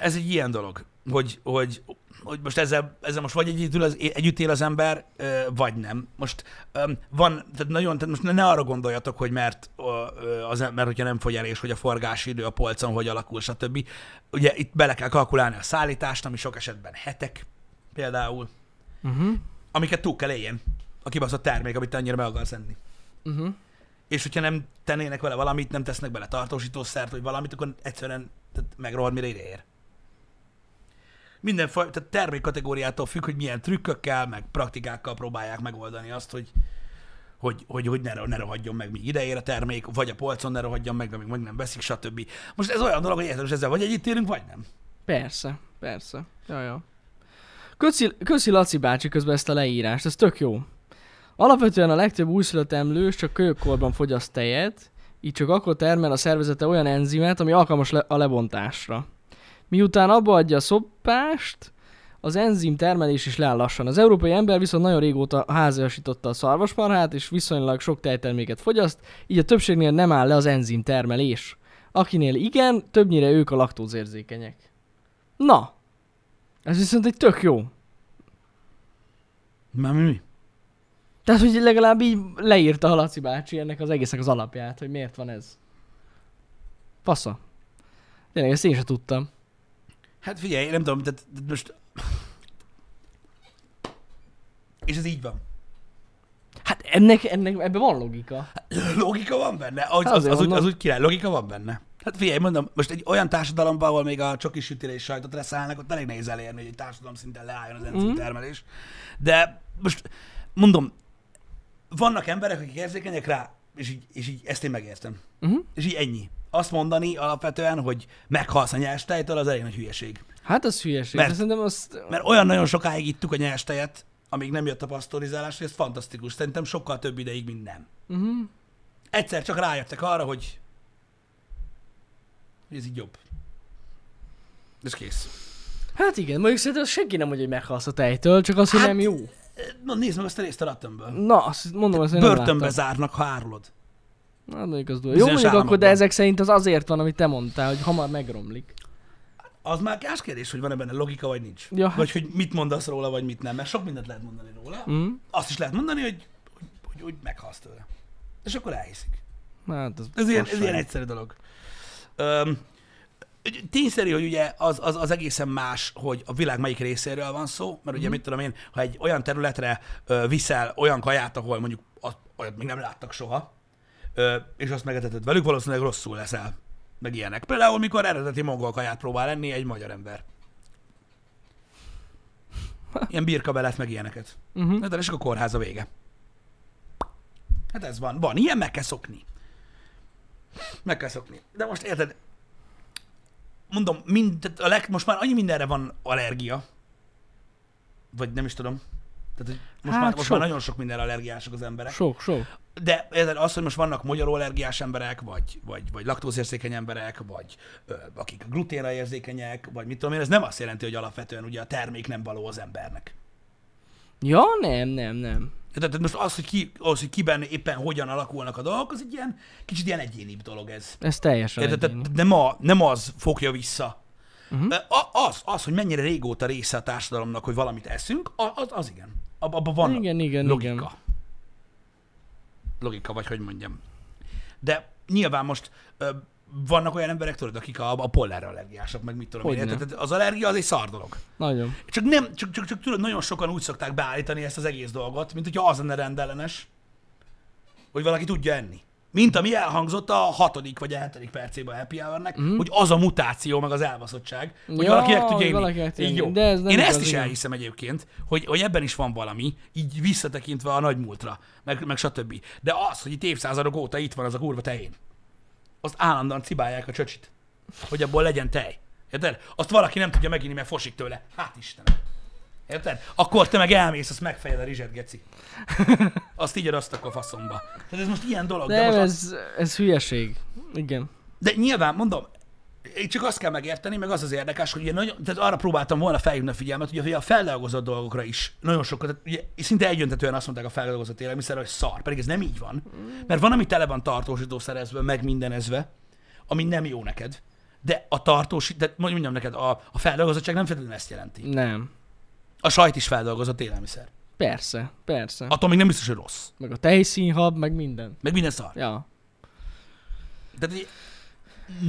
[SPEAKER 1] ez egy ilyen dolog, hogy, hogy, hogy most ezzel, ezzel most vagy együtt, ül az, együtt él az ember, ö, vagy nem. Most öm, van, tehát nagyon, tehát most ne- ne arra gondoljatok, hogy mert, ö, ö, az, em- mert hogyha nem fogy el, és hogy a forgási idő a polcon hogy alakul, stb. Ugye itt bele kell kalkulálni a szállítást, ami sok esetben hetek például,
[SPEAKER 2] Uh-huh.
[SPEAKER 1] amiket túl kell éljen a kibaszott termék, amit te annyira meg akarsz enni Mhm.
[SPEAKER 2] Uh-huh.
[SPEAKER 1] és hogyha nem tennének vele valamit, nem tesznek bele tartósítószert, vagy valamit, akkor egyszerűen tehát megrohad, mire ide ér. Minden faj, tehát termékkategóriától függ, hogy milyen trükkökkel, meg praktikákkal próbálják megoldani azt, hogy hogy, hogy, hogy ne, ne rohadjon meg, míg ide ér a termék, vagy a polcon ne rohadjon meg, amíg meg nem veszik, stb. Most ez olyan dolog, hogy érted, most ezzel vagy együtt élünk, vagy nem.
[SPEAKER 2] Persze, persze. Ja, ja. Köszi, köszi Laci bácsi közben ezt a leírást, ez tök jó. Alapvetően a legtöbb újszülött emlős csak kölyökkorban fogyaszt tejet, így csak akkor termel a szervezete olyan enzimet, ami alkalmas le- a lebontásra. Miután abba adja a szopást, az enzim termelés is leáll lassan. Az európai ember viszont nagyon régóta háziasította a szarvasmarhát, és viszonylag sok tejterméket fogyaszt, így a többségnél nem áll le az enzim termelés. Akinél igen, többnyire ők a laktózérzékenyek. Na, ez viszont egy tök jó.
[SPEAKER 1] Már mi?
[SPEAKER 2] Tehát, hogy legalább így leírta a Laci bácsi ennek az egésznek az alapját, hogy miért van ez. Fasza. Tényleg, ezt én sem tudtam.
[SPEAKER 1] Hát figyelj, nem tudom, tehát tehát most... És ez így van.
[SPEAKER 2] Hát ennek, ennek ebben van logika.
[SPEAKER 1] Logika van benne? Az,
[SPEAKER 2] Hát
[SPEAKER 1] az,
[SPEAKER 2] azért
[SPEAKER 1] az, úgy,
[SPEAKER 2] mondom.
[SPEAKER 1] az úgy király, logika van benne. Hát figyelj, mondom, most egy olyan társadalomban, ahol még a csoki sütére és sajtot leszállnak, ott elég nehéz elérni, hogy egy társadalom szinten leálljon az
[SPEAKER 2] Mhm.
[SPEAKER 1] enzim termelés. De most mondom, vannak emberek, akik érzékenyek rá, és így, és így ezt én megértem.
[SPEAKER 2] Uh-huh.
[SPEAKER 1] És így ennyi. Azt mondani alapvetően, hogy meghalsz a nyers tejtől, az elég nagy hülyeség.
[SPEAKER 2] Hát az hülyeség.
[SPEAKER 1] Mert-
[SPEAKER 2] Mert... Szerintem azt...
[SPEAKER 1] Mert olyan nagyon sokáig ittuk a nyers tejet, amíg nem jött a pasztorizálás, és ez fantasztikus. Szerintem sokkal több ideig, mint nem
[SPEAKER 2] Uh-huh.
[SPEAKER 1] egyszer csak rájöttek arra, hogy ez így jobb. Ez kész.
[SPEAKER 2] Hát igen, mondjuk szerintem azt senki nem mondja, hogy meghalsz a tejtől, csak az, hogy
[SPEAKER 1] Hát-
[SPEAKER 2] nem jó.
[SPEAKER 1] Na nézd meg azt a részt a Rattenből.
[SPEAKER 2] Na, azt mondom, azt én nem
[SPEAKER 1] Börtönbe
[SPEAKER 2] láttam.
[SPEAKER 1] zárnak, ha árulod.
[SPEAKER 2] Na, mondjuk az durva. Jó,
[SPEAKER 1] Bizonyos
[SPEAKER 2] mondjuk akkor, de
[SPEAKER 1] államokban.
[SPEAKER 2] ezek szerint az azért van, amit te mondtál, hogy hamar megromlik.
[SPEAKER 1] Az már más kérdés, hogy van-e benne logika, vagy nincs.
[SPEAKER 2] Ja, hát-
[SPEAKER 1] Vagy hogy mit mondasz róla, vagy mit nem. Mert sok mindent lehet mondani róla.
[SPEAKER 2] Mm?
[SPEAKER 1] Azt is lehet mondani, hogy, hogy, hogy, hogy meghalsz tőle. És akkor elhiszik.
[SPEAKER 2] Hát az
[SPEAKER 1] Ez ilyen, ez
[SPEAKER 2] fasság.
[SPEAKER 1] ilyen egyszerű dolog. Öm, tényszerű, hogy ugye az, az, az egészen más, hogy a világ melyik részéről van szó, mert ugye mit tudom én, ha egy olyan területre ö, viszel olyan kaját, ahol mondjuk azt, olyat még nem láttak soha, ö, és azt megeteted velük, valószínűleg rosszul leszel, meg ilyenek. Például, mikor eredeti mongol kaját próbál enni egy magyar ember. Ilyen birka belet, meg ilyeneket.
[SPEAKER 2] Mhm.
[SPEAKER 1] Na, de és akkor kórház a vége. Hát ez van. Van. Ilyen meg kell szokni. Meg kell szokni. De most érted, mondom, mind, tehát a leg, most már annyi mindenre van allergia, vagy nem is tudom. Tehát, hogy most,
[SPEAKER 2] Hát
[SPEAKER 1] már, most már
[SPEAKER 2] sok.
[SPEAKER 1] nagyon sok mindenre allergiások az emberek.
[SPEAKER 2] Sok, sok.
[SPEAKER 1] De érted, az, hogy most vannak magyaróallergiás emberek, vagy, vagy, vagy laktózérzékeny emberek, vagy ö, akik gluténra érzékenyek, vagy mit tudom én, ez nem azt jelenti, hogy alapvetően ugye a termék nem való az embernek.
[SPEAKER 2] Ja, nem, nem, nem.
[SPEAKER 1] Tehát tehát most az, hogy, ki, az, hogy kiben éppen hogyan alakulnak a dolgok, az egy ilyen, kicsit ilyen egyénibb dolog ez.
[SPEAKER 2] Ez teljesen
[SPEAKER 1] Tehát,
[SPEAKER 2] egyéni.
[SPEAKER 1] tehát nem, a, nem az fogja vissza.
[SPEAKER 2] Mhm.
[SPEAKER 1] Uh-huh. Az, az, hogy mennyire régóta része a társadalomnak, hogy valamit eszünk, a- az, az igen. Ab- Abban van
[SPEAKER 2] Igen, igen,
[SPEAKER 1] logika.
[SPEAKER 2] igen.
[SPEAKER 1] Logika, vagy hogy mondjam. De nyilván most ö, vannak olyan emberek, tudod, akik a, a pollenallergiások, meg mit tudom én.
[SPEAKER 2] Hogyne.
[SPEAKER 1] Tehát tehát az allergia az egy szar dolog.
[SPEAKER 2] Nagyon.
[SPEAKER 1] Csak nem, csak, csak, csak tudod, nagyon sokan úgy szokták beállítani ezt az egész dolgot, mint hogyha az lenne rendellenes, hogy valaki tudja enni. Mint ami elhangzott a hatodik vagy a hetedik percében a happy hour mm. hogy az a mutáció, meg az elbaszottság, hogy
[SPEAKER 2] Mhm. Ja,
[SPEAKER 1] valaki el tudja
[SPEAKER 2] hogy
[SPEAKER 1] inni.
[SPEAKER 2] valaki el tudja
[SPEAKER 1] Így
[SPEAKER 2] inni.
[SPEAKER 1] jó.
[SPEAKER 2] De ez nem
[SPEAKER 1] Én
[SPEAKER 2] igaz,
[SPEAKER 1] ezt is
[SPEAKER 2] igen.
[SPEAKER 1] elhiszem egyébként, hogy, hogy ebben is van valami, így visszatekintve a nagymúltra, meg, meg stb. De az, hogy itt évszázadok óta itt van az a kurva tehén, azt állandóan cibálják a csöcsit, hogy abból legyen tej. Érted? Azt valaki nem tudja meginni, mert fosik tőle. Hát Istenem. Érted? Akkor te meg elmész, azt megfejed a rizset, geci. Azt így adasztak a faszomba. Tehát ez most ilyen dolog.
[SPEAKER 2] Nem,
[SPEAKER 1] most
[SPEAKER 2] ez, ez hülyeség. Igen.
[SPEAKER 1] de nyilván, mondom, én csak azt kell megérteni, meg az az érdekes, hogy ugye nagyon, tehát arra próbáltam volna felhívni a figyelmet, ugye, hogy a feldolgozott dolgokra is nagyon sokat, tehát ugye, szinte egyöntetően azt mondták a feldolgozott élelmiszerre, hogy szar, pedig ez nem így van. Mert van, ami tele van tartósítószerezve, meg mindenezve, ami nem jó neked. De a tartósít, de mondj- mondjam neked, a, a feldolgozottság nem feltétlenül ezt jelenti.
[SPEAKER 2] Nem.
[SPEAKER 1] A sajt is feldolgozott élelmiszer.
[SPEAKER 2] Persze, persze. A...
[SPEAKER 1] Attól még nem biztos, hogy rossz.
[SPEAKER 2] Meg a tejszínhab, meg minden.
[SPEAKER 1] Meg minden szar.
[SPEAKER 2] Ja.
[SPEAKER 1] Tehát így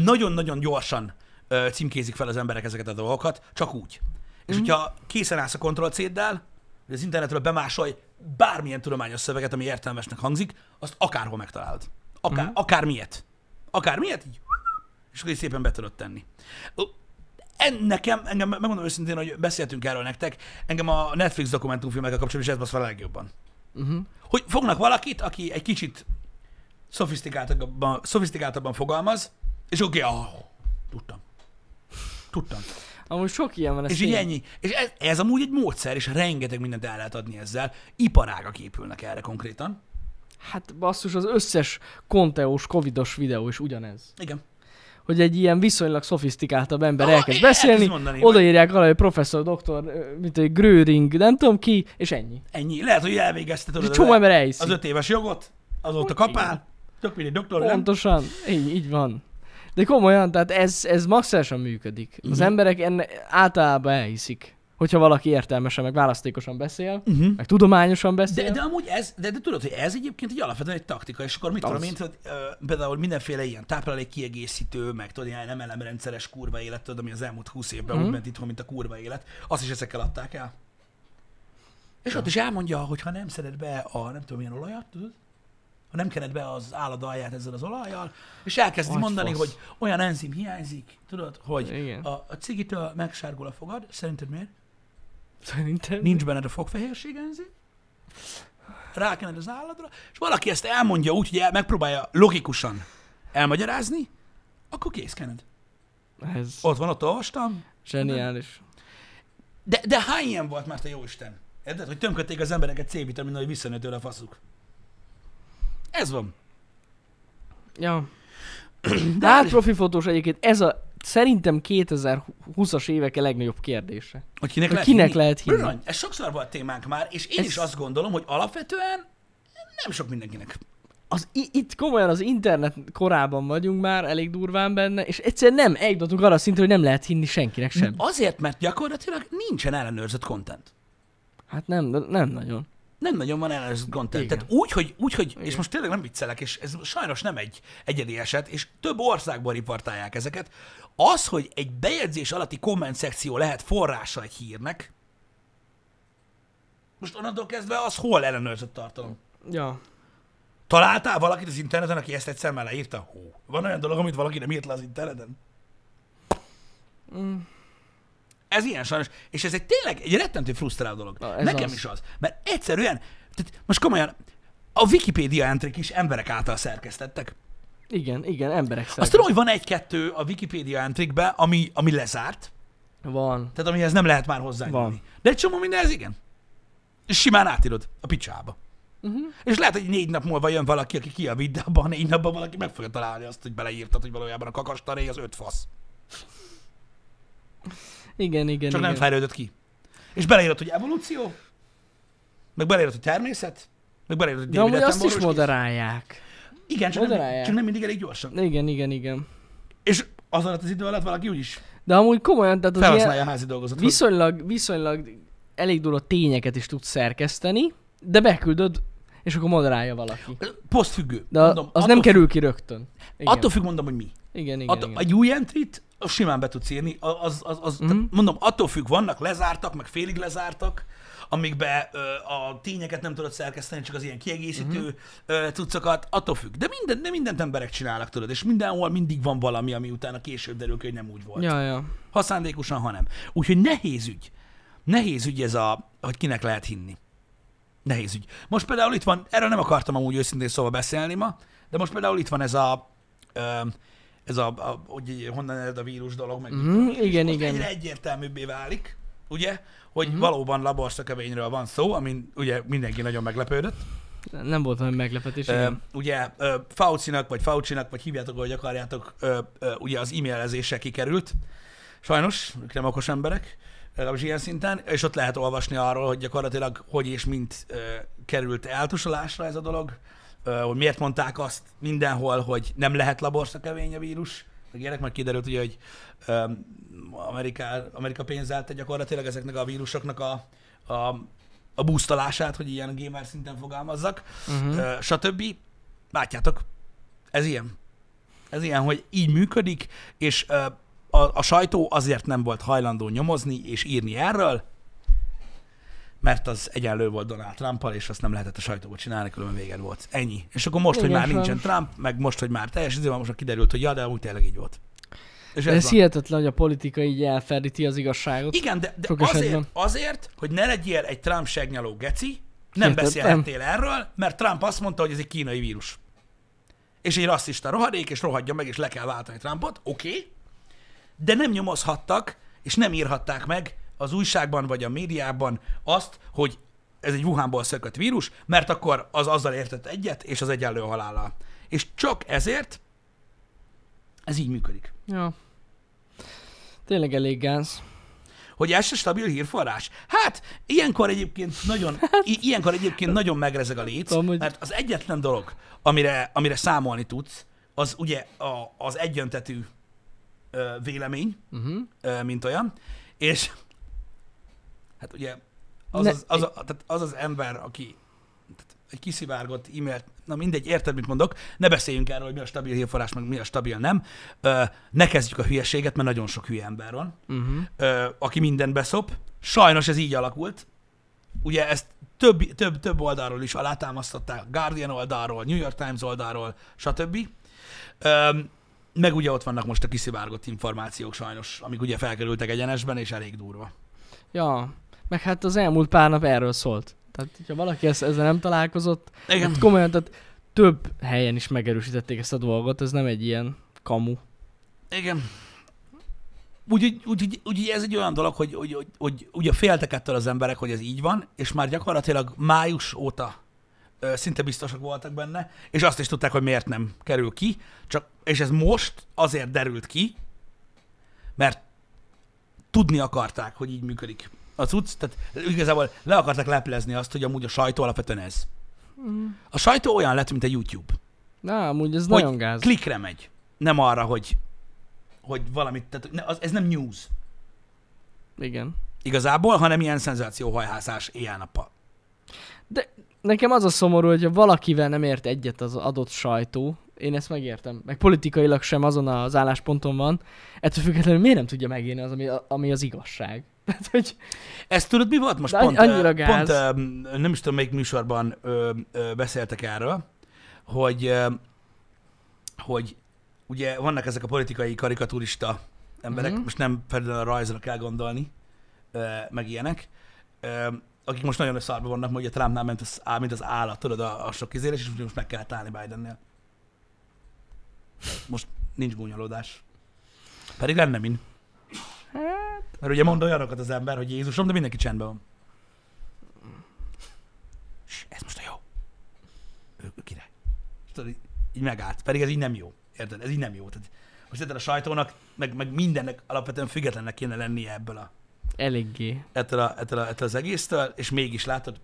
[SPEAKER 1] nagyon-nagyon gyorsan ö, címkézik fel az emberek ezeket a dolgokat, csak úgy. És hogyha készen állsz a Ctrl C-ddel, hogy az internetről bemásolj bármilyen tudományos szöveget, ami értelmesnek hangzik, azt akárhol megtalálod. Akár, mm. Akármilyet. Akármilyet így. És akkor így szépen be tudod tenni. Ö, En, nekem, engem, megmondom őszintén, hogy beszéltünk erről nektek, engem a Netflix dokumentumfilmekkel kapcsolatban is ez basz fel a legjobban.
[SPEAKER 2] Uh-huh.
[SPEAKER 1] Hogy fognak valakit, aki egy kicsit szofisztikáltabban, szofisztikáltabban fogalmaz, és oké, okay, ah, tudtam. Tudtam.
[SPEAKER 2] Amúgy sok ilyen van, ez
[SPEAKER 1] És így
[SPEAKER 2] tény.
[SPEAKER 1] ennyi. És ez, ez amúgy egy módszer, és rengeteg mindent el lehet adni ezzel. Iparágak épülnek erre konkrétan.
[SPEAKER 2] Hát basszus, az összes konteós, covidos videó is ugyanez.
[SPEAKER 1] Igen.
[SPEAKER 2] Hogy egy ilyen viszonylag szofisztikáltabb ember
[SPEAKER 1] Ah,
[SPEAKER 2] elkezd
[SPEAKER 1] én elkezd
[SPEAKER 2] beszélni,
[SPEAKER 1] mondani, vagy-
[SPEAKER 2] odaírják alá, hogy professzor, doktor, ö, mint egy Gröring, nem tudom ki, és ennyi.
[SPEAKER 1] Ennyi. Lehet, hogy elvégezte
[SPEAKER 2] És egy
[SPEAKER 1] tudod,
[SPEAKER 2] csomó
[SPEAKER 1] az,
[SPEAKER 2] ember elhiszi.
[SPEAKER 1] az öt éves jogot, azóta
[SPEAKER 2] Hogy
[SPEAKER 1] kapál, tök mindegy doktor, nem?
[SPEAKER 2] Pontosan, így, így van. De komolyan, tehát ez, ez maximálisan működik. Az
[SPEAKER 1] Mhm.
[SPEAKER 2] emberek enne, általában elhiszik, hogyha valaki értelmesen, meg választékosan beszél,
[SPEAKER 1] Uh-huh.
[SPEAKER 2] meg tudományosan beszél.
[SPEAKER 1] De, de amúgy ez, de, de tudod, hogy ez egyébként egy alapvetően egy taktika, és akkor mit
[SPEAKER 2] Az.
[SPEAKER 1] tudom én, tudod, ö, például mindenféle ilyen táplálék kiegészítő, meg tudod, ilyen nem elemrendszeres kurva élet, tudod, ami az elmúlt húsz évben mm.
[SPEAKER 2] Mhm.
[SPEAKER 1] úgy ment itthon, mint a kurva élet, azt is ezekkel adták el. És ott is elmondja, hogy ha nem szeded be a nem tudom milyen olajat, tudod, ha nem kened be az állad alját ezzel az olajjal, és elkezdi
[SPEAKER 2] Agy
[SPEAKER 1] mondani,
[SPEAKER 2] fasz.
[SPEAKER 1] hogy olyan enzim hiányzik, tudod, hogy
[SPEAKER 2] Igen.
[SPEAKER 1] a, a cigitől megsárgul a fogad, szerinted miért?
[SPEAKER 2] Szerintem.
[SPEAKER 1] nincs benned a fogfehérség enzim, rákened az álladra, és valaki ezt elmondja úgy, hogy el, megpróbálja logikusan elmagyarázni, akkor készkened.
[SPEAKER 2] Ez
[SPEAKER 1] Ott van, ott olvastam.
[SPEAKER 2] zseniális.
[SPEAKER 1] De, de hány ilyen volt már, te jóisten? Érted, hogy tömködték az embereket C-vitaminnal, hogy visszanő tőle a faszuk. Ez van.
[SPEAKER 2] Ja. De hát profi fotós egyébként ez a szerintem 2020-as évek a legnagyobb kérdése.
[SPEAKER 1] Hogy kinek,
[SPEAKER 2] Hogy kinek lehet hinni?
[SPEAKER 1] Brunany, ez sokszor volt témánk már, és én ez...
[SPEAKER 2] Ez-
[SPEAKER 1] is azt gondolom, hogy alapvetően nem sok mindenkinek.
[SPEAKER 2] Az, i- itt komolyan az internet korában vagyunk már, elég durván benne, és egyszerűen nem eljutottunk arra a szintre, hogy nem lehet hinni senkinek sem.
[SPEAKER 1] Azért, mert gyakorlatilag nincsen ellenőrzött content.
[SPEAKER 2] Hát nem, nem nagyon.
[SPEAKER 1] nem nagyon van ellenőrzött content.
[SPEAKER 2] Igen.
[SPEAKER 1] Tehát úgy, hogy, úgy, hogy és
[SPEAKER 2] Igen.
[SPEAKER 1] most tényleg nem viccelek, és ez sajnos nem egy egyedi eset, és több országban riportálják ezeket, az, hogy egy bejegyzés alatti komment szekció lehet forrása egy hírnek, most onnantól kezdve az hol ellenőrzött tartalom?
[SPEAKER 2] Ja.
[SPEAKER 1] Találtál valakit az interneten, aki ezt egyszer már leírta? Hú, van olyan dolog, amit valaki nem írt le az interneten?
[SPEAKER 2] Mm.
[SPEAKER 1] Ez ilyen sajnos, és ez egy tényleg egy rettentő frusztráló dolog.
[SPEAKER 2] Na, ez
[SPEAKER 1] Nekem
[SPEAKER 2] az.
[SPEAKER 1] is az. Mert egyszerűen, tehát most komolyan, a Wikipédia entrik is emberek által szerkesztettek.
[SPEAKER 2] Igen, igen, emberek
[SPEAKER 1] Azt
[SPEAKER 2] szerint.
[SPEAKER 1] tudom, hogy van egy-kettő a Wikipédia entrikbe, ami, ami lezárt,
[SPEAKER 2] Van.
[SPEAKER 1] tehát amihez nem lehet már hozzányúlni.
[SPEAKER 2] Van.
[SPEAKER 1] De egy csomó mindenhez igen. És simán átírod a picsába.
[SPEAKER 2] Mhm.
[SPEAKER 1] És lehet, hogy négy nap múlva jön valaki, aki kijavít, de abban a négy napban valaki meg fogja találni azt, hogy beleírtad, hogy valójában a kakastaré az öt fasz.
[SPEAKER 2] Igen, igen,
[SPEAKER 1] Csak
[SPEAKER 2] igen.
[SPEAKER 1] nem fejlődött ki. És beleírod, hogy evolúció, meg beleírod, hogy természet, meg beleírod, hogy
[SPEAKER 2] De amúgy
[SPEAKER 1] David
[SPEAKER 2] azt is
[SPEAKER 1] Attenborough
[SPEAKER 2] moderálják.
[SPEAKER 1] kész. Igen, csak nem,
[SPEAKER 2] moderálják.
[SPEAKER 1] csak nem mindig elég gyorsan.
[SPEAKER 2] Igen, igen, igen.
[SPEAKER 1] És az alatt az idő alatt valaki úgyis
[SPEAKER 2] De amúgy komolyan, tehát az ilyen
[SPEAKER 1] felhasználja a házi dolgozatot.
[SPEAKER 2] viszonylag, viszonylag elég durva tényeket is tudsz szerkeszteni, de beküldöd, és akkor moderálja valaki.
[SPEAKER 1] Posztfüggő.
[SPEAKER 2] De a-
[SPEAKER 1] Mondom,
[SPEAKER 2] az
[SPEAKER 1] attól
[SPEAKER 2] nem kerül ki rögtön. Igen,
[SPEAKER 1] Attól függ, mondom, hogy mi.
[SPEAKER 2] igen, igen,
[SPEAKER 1] Igen,
[SPEAKER 2] igen.
[SPEAKER 1] Egy új entrit az simán be tudsz írni. A- Az, az, az,
[SPEAKER 2] Mhm.
[SPEAKER 1] mm-hmm. Mondom, attól függ, vannak lezártak, meg félig lezártak, amikbe ö, a tényeket nem tudod szerkeszteni, csak az ilyen kiegészítő
[SPEAKER 2] Mhm.
[SPEAKER 1] mm-hmm. ö, cuccokat, attól függ. De, minden, de mindent emberek csinálnak, tudod, és mindenhol mindig van valami, ami utána később derül ki, hogy nem úgy volt.
[SPEAKER 2] Ja, ja.
[SPEAKER 1] Ha szándékosan, ha nem. Úgyhogy nehéz ügy. Nehéz ügy ez a, hogy kinek lehet hinni. Nehéz ügy. Most például itt van, erről nem akartam amúgy őszintén szóval beszélni ma, de most például itt van ez a, ö, ez a, a hogy honnan ered a vírus dolog, meg
[SPEAKER 2] Mhm,
[SPEAKER 1] mit tudom én, és
[SPEAKER 2] igen,
[SPEAKER 1] most
[SPEAKER 2] igen. Mhm.
[SPEAKER 1] Egyre egyértelműbbé válik, ugye, hogy uh-huh. valóban laborszakövényről van szó, amin ugye mindenki nagyon meglepődött.
[SPEAKER 2] Nem volt olyan meglepetés.
[SPEAKER 1] Ö,
[SPEAKER 2] igen.
[SPEAKER 1] ugye ö, Faucinak, vagy Faucinak, vagy hívjátok, ahogy akarjátok, ö, ö, ugye az e-mailezése kikerült. Sajnos, ők nem okos emberek, legalábbis ilyen szinten, és ott lehet olvasni arról, hogy gyakorlatilag hogy és mint ö, került eltusolásra ez a dolog, ö, hogy miért mondták azt mindenhol, hogy nem lehet laborszakkevény a vírus, meg ilyenek, majd kiderült ugye, hogy ö, Ameriká, Amerika pénzelte gyakorlatilag ezeknek a vírusoknak a, a, a boostolását, hogy ilyen gamer szinten fogalmazzak
[SPEAKER 2] Mhm.
[SPEAKER 1] uh-huh. stb. Látjátok, ez ilyen. Ez ilyen, hogy így működik, és ö, a, a sajtó azért nem volt hajlandó nyomozni és írni erről, mert az egyenlő volt Donald Trumpal, és azt nem lehetett a sajtóba csinálni, különben véged volt. Ennyi. És akkor most, hogy
[SPEAKER 2] Igen,
[SPEAKER 1] már nincsen
[SPEAKER 2] sajnos.
[SPEAKER 1] Trump, meg most, hogy már teljes idő van, most már kiderült, hogy ja, de úgy tényleg így volt. És
[SPEAKER 2] De
[SPEAKER 1] ez
[SPEAKER 2] ez
[SPEAKER 1] van.
[SPEAKER 2] hihetetlen, hogy a politika így elferdíti az igazságot.
[SPEAKER 1] Igen, de, de
[SPEAKER 2] Sok
[SPEAKER 1] azért,
[SPEAKER 2] esetben.
[SPEAKER 1] azért, hogy ne legyél egy Trump segnyaló geci, nem
[SPEAKER 2] Érted?
[SPEAKER 1] beszélhettél erről, mert Trump azt mondta, hogy ez egy kínai vírus. És egy rasszista rohadék, és rohadja meg, és le kell váltani Trumpot, oké, okay. de nem nyomozhattak, és nem írhatták meg az újságban vagy a médiában azt, hogy ez egy Wuhanból szökött vírus, mert akkor az azzal értett egyet, és az egyenlő a halállal. És csak ezért ez így működik.
[SPEAKER 2] Ja. Tényleg elég gáz.
[SPEAKER 1] Hogy ez se stabil hírforrás? Hát, ilyenkor egyébként nagyon, i- ilyenkor egyébként nagyon megrezeg a léc,
[SPEAKER 2] Hát- Tudom, hogy-
[SPEAKER 1] mert az egyetlen dolog, amire, amire számolni tudsz, az ugye a, az egyöntetű ö, vélemény,
[SPEAKER 2] Uh-huh.
[SPEAKER 1] ö, mint olyan, és hát ugye az
[SPEAKER 2] Ne-
[SPEAKER 1] az, az, a, tehát az, az ember, aki tehát egy kiszivárgott e-mailt, na mindegy, érted, mit mondok, ne beszéljünk erről, hogy mi a stabil hírforrás, meg mi a stabil nem, ö, ne kezdjük a hülyeséget, mert nagyon sok hülye ember van
[SPEAKER 2] Uh-huh.
[SPEAKER 1] ö, aki mindent beszop. Sajnos ez így alakult. Ugye ezt több, több, több oldalról is alátámasztották, Guardian oldalról, New York Times oldalról, stb. Öm, meg ugye ott vannak most a kiszivárgott információk sajnos, amik ugye felkerültek egyenesben, és elég durva.
[SPEAKER 2] Ja. Meg hát az elmúlt pár nap erről szólt. Tehát, hogyha valaki ezt, ezzel nem találkozott,
[SPEAKER 1] Igen.
[SPEAKER 2] hát komolyan, tehát több helyen is megerősítették ezt a dolgot, ez nem egy ilyen kamu.
[SPEAKER 1] Igen. Úgyhogy úgy, úgy, úgy, ez egy olyan dolog, hogy, hogy, hogy, hogy ugye féltek ettől az emberek, hogy ez így van, és már gyakorlatilag május óta ö, szinte biztosak voltak benne, és azt is tudták, hogy miért nem kerül ki, csak, és ez most azért derült ki, mert tudni akarták, hogy így működik a cucc, tehát igazából le akarták leplezni azt, hogy amúgy a sajtó alapvetően ez. A sajtó olyan lett, mint a YouTube
[SPEAKER 2] Na, amúgy ez
[SPEAKER 1] Hogy
[SPEAKER 2] nagyon gáz.
[SPEAKER 1] klikre megy. Nem arra, hogy, hogy valamit, tehát ne, az, ez nem news
[SPEAKER 2] Igen.
[SPEAKER 1] igazából, hanem ilyen szenzációhajhászás éjjel-nappal.
[SPEAKER 2] Nekem az a szomorú, hogyha valakivel nem ért egyet az adott sajtó, én ezt megértem, meg politikailag sem azon az állásponton van, ettől függetlenül miért nem tudja megírni az, ami, ami az igazság? Tehát, hogy
[SPEAKER 1] Ez tudod, mi volt most?
[SPEAKER 2] De
[SPEAKER 1] pont,
[SPEAKER 2] annyira
[SPEAKER 1] ö,
[SPEAKER 2] gáz.
[SPEAKER 1] pont ö, nem is tudom, melyik műsorban ö, ö, beszéltek erről, hogy, ö, hogy ugye vannak ezek a politikai karikaturista emberek,
[SPEAKER 2] Mhm.
[SPEAKER 1] most nem feltétlenül a rajzra kell gondolni, ö, meg ilyenek, ö, akik most nagyon szarba vannak, mert ugye Trumpnál ment az, á- mint az állat, tudod, a, a sok kizélés, és most meg kellett állni Bidennél. Most nincs gúnyolódás. Pedig lenne min. Mert ugye mond olyanokat az ember, hogy Jézusom, de mindenki csendben van. Ss, ez most a jó. Ő, ő király. És tudod, így, így megállt. Pedig ez így nem jó. Érted? Ez így nem jó. Tehát most érted a sajtónak, meg, meg mindennek alapvetően függetlennek kéne lennie ebből a,
[SPEAKER 2] eléggé.
[SPEAKER 1] ettől, a, ettől, a, ettől az egésztől, és mégis látod,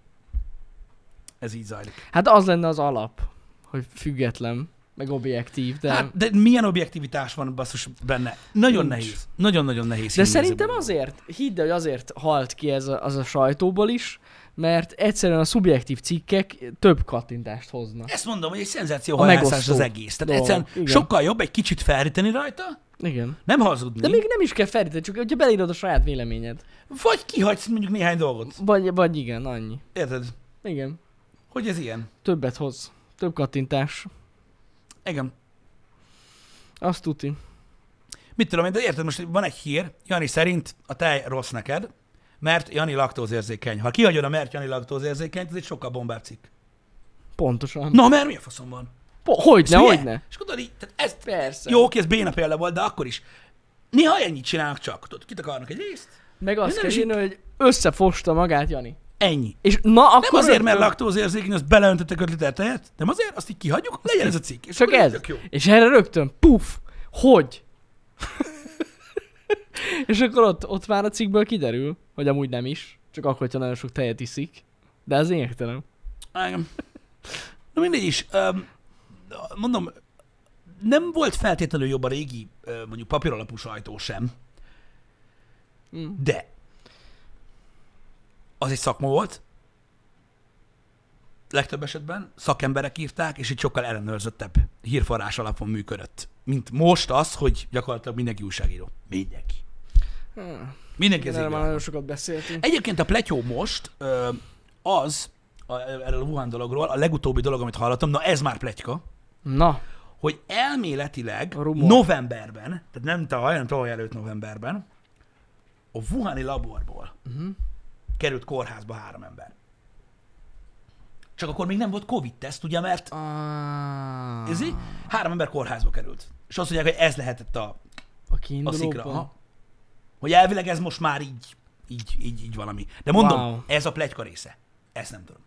[SPEAKER 1] ez így zajlik.
[SPEAKER 2] Hát az lenne az alap, hogy független, meg objektív, de...
[SPEAKER 1] De, hát, de milyen objektivitás van basszus benne? Nagyon
[SPEAKER 2] Nincs.
[SPEAKER 1] nehéz. Nagyon-nagyon nehéz.
[SPEAKER 2] De
[SPEAKER 1] hinni
[SPEAKER 2] szerintem
[SPEAKER 1] ezekben.
[SPEAKER 2] azért, hidd el, hogy azért halt ki ez a, az a sajtóból is, mert egyszerűen a szubjektív cikkek több kattintást hoznak.
[SPEAKER 1] Ezt mondom, hogy egy
[SPEAKER 2] A
[SPEAKER 1] szenzációhajrászás
[SPEAKER 2] megosztó
[SPEAKER 1] az egész. Tehát
[SPEAKER 2] dolog.
[SPEAKER 1] egyszerűen
[SPEAKER 2] Igen.
[SPEAKER 1] sokkal jobb egy kicsit felríteni rajta,
[SPEAKER 2] Igen.
[SPEAKER 1] nem hazudni,
[SPEAKER 2] De még nem is kell felíteni, csak hogyha beleírod a saját véleményed.
[SPEAKER 1] vagy kihagysz mondjuk néhány dolgot.
[SPEAKER 2] Vagy, vagy igen, annyi.
[SPEAKER 1] Érted?
[SPEAKER 2] Igen.
[SPEAKER 1] Hogy ez ilyen?
[SPEAKER 2] Többet hoz. Több kattintás.
[SPEAKER 1] Igen.
[SPEAKER 2] Azt tuti.
[SPEAKER 1] Mit tudom én, de érted, most van egy hír, Jani szerint a tej rossz neked, mert Jani laktózérzékeny. Ha kihagyod a mert Jani laktózérzékeny, ez egy sokkal bombább cikk.
[SPEAKER 2] Pontosan.
[SPEAKER 1] Na, mert mi a faszom van?
[SPEAKER 2] Po- hogyne,
[SPEAKER 1] Hülye?
[SPEAKER 2] hogyne.
[SPEAKER 1] És akkor tudod így, tehát ez,
[SPEAKER 2] Persze.
[SPEAKER 1] jó, oké, ez béna példa volt, de akkor is. Néha ennyit csinálnak csak, tudod, kitakarnak egy részt,
[SPEAKER 2] Meg
[SPEAKER 1] De
[SPEAKER 2] azt
[SPEAKER 1] nem
[SPEAKER 2] kell
[SPEAKER 1] is
[SPEAKER 2] írni, hogy összefosta magát Jani.
[SPEAKER 1] ennyi.
[SPEAKER 2] És na akkor...
[SPEAKER 1] Nem azért, mert
[SPEAKER 2] rögtön-
[SPEAKER 1] laktózérzékeny, az beleöntöttek 5 liter tejet, nem azért, azt így kihagyjuk, legyen ez a cikk. És
[SPEAKER 2] Csak
[SPEAKER 1] akkor
[SPEAKER 2] ez.
[SPEAKER 1] tök Jó.
[SPEAKER 2] És erre rögtön, puf, hogy? és akkor ott, ott már a cikkből kiderül, hogy amúgy nem is. Csak akkor, hogyha nagyon sok tejet iszik. De az lényegtelen.
[SPEAKER 1] Á, Igen. Na mindegy is, öm, mondom, nem volt feltétlenül jobb a régi, ö, mondjuk papíralapú sajtó sem,
[SPEAKER 2] Mm.
[SPEAKER 1] de az egy szakma volt, legtöbb esetben szakemberek írták, és egy sokkal ellenőrzöttebb hírforrás alapon működött, mint most az, hogy gyakorlatilag mindenki újságíró. Mindenki.
[SPEAKER 2] Hmm.
[SPEAKER 1] Mindenki az
[SPEAKER 2] Erről már
[SPEAKER 1] írja.
[SPEAKER 2] nagyon sokat beszéltünk.
[SPEAKER 1] Egyébként a pletyó most ö, az, a, erről a Wuhan dologról, a legutóbbi dolog, amit hallottam, na ez már pletyka,
[SPEAKER 2] Na,
[SPEAKER 1] hogy elméletileg
[SPEAKER 2] A rumor.
[SPEAKER 1] novemberben, tehát nem tavaly, hanem tavaly előtt novemberben, a Wuhani laborból
[SPEAKER 2] Mhm.
[SPEAKER 1] került kórházba három ember. Csak akkor még nem volt Covid-teszt, ugye, mert
[SPEAKER 2] Ah,
[SPEAKER 1] ez így, három ember kórházba került. És azt mondják, hogy ez lehetett a,
[SPEAKER 2] a
[SPEAKER 1] a
[SPEAKER 2] kiinduló
[SPEAKER 1] szikra.
[SPEAKER 2] pont.
[SPEAKER 1] Aha. Hogy elvileg ez most már így, így, így, így valami. De mondom,
[SPEAKER 2] Wow.
[SPEAKER 1] ez a plegyka része. Ezt nem tudom.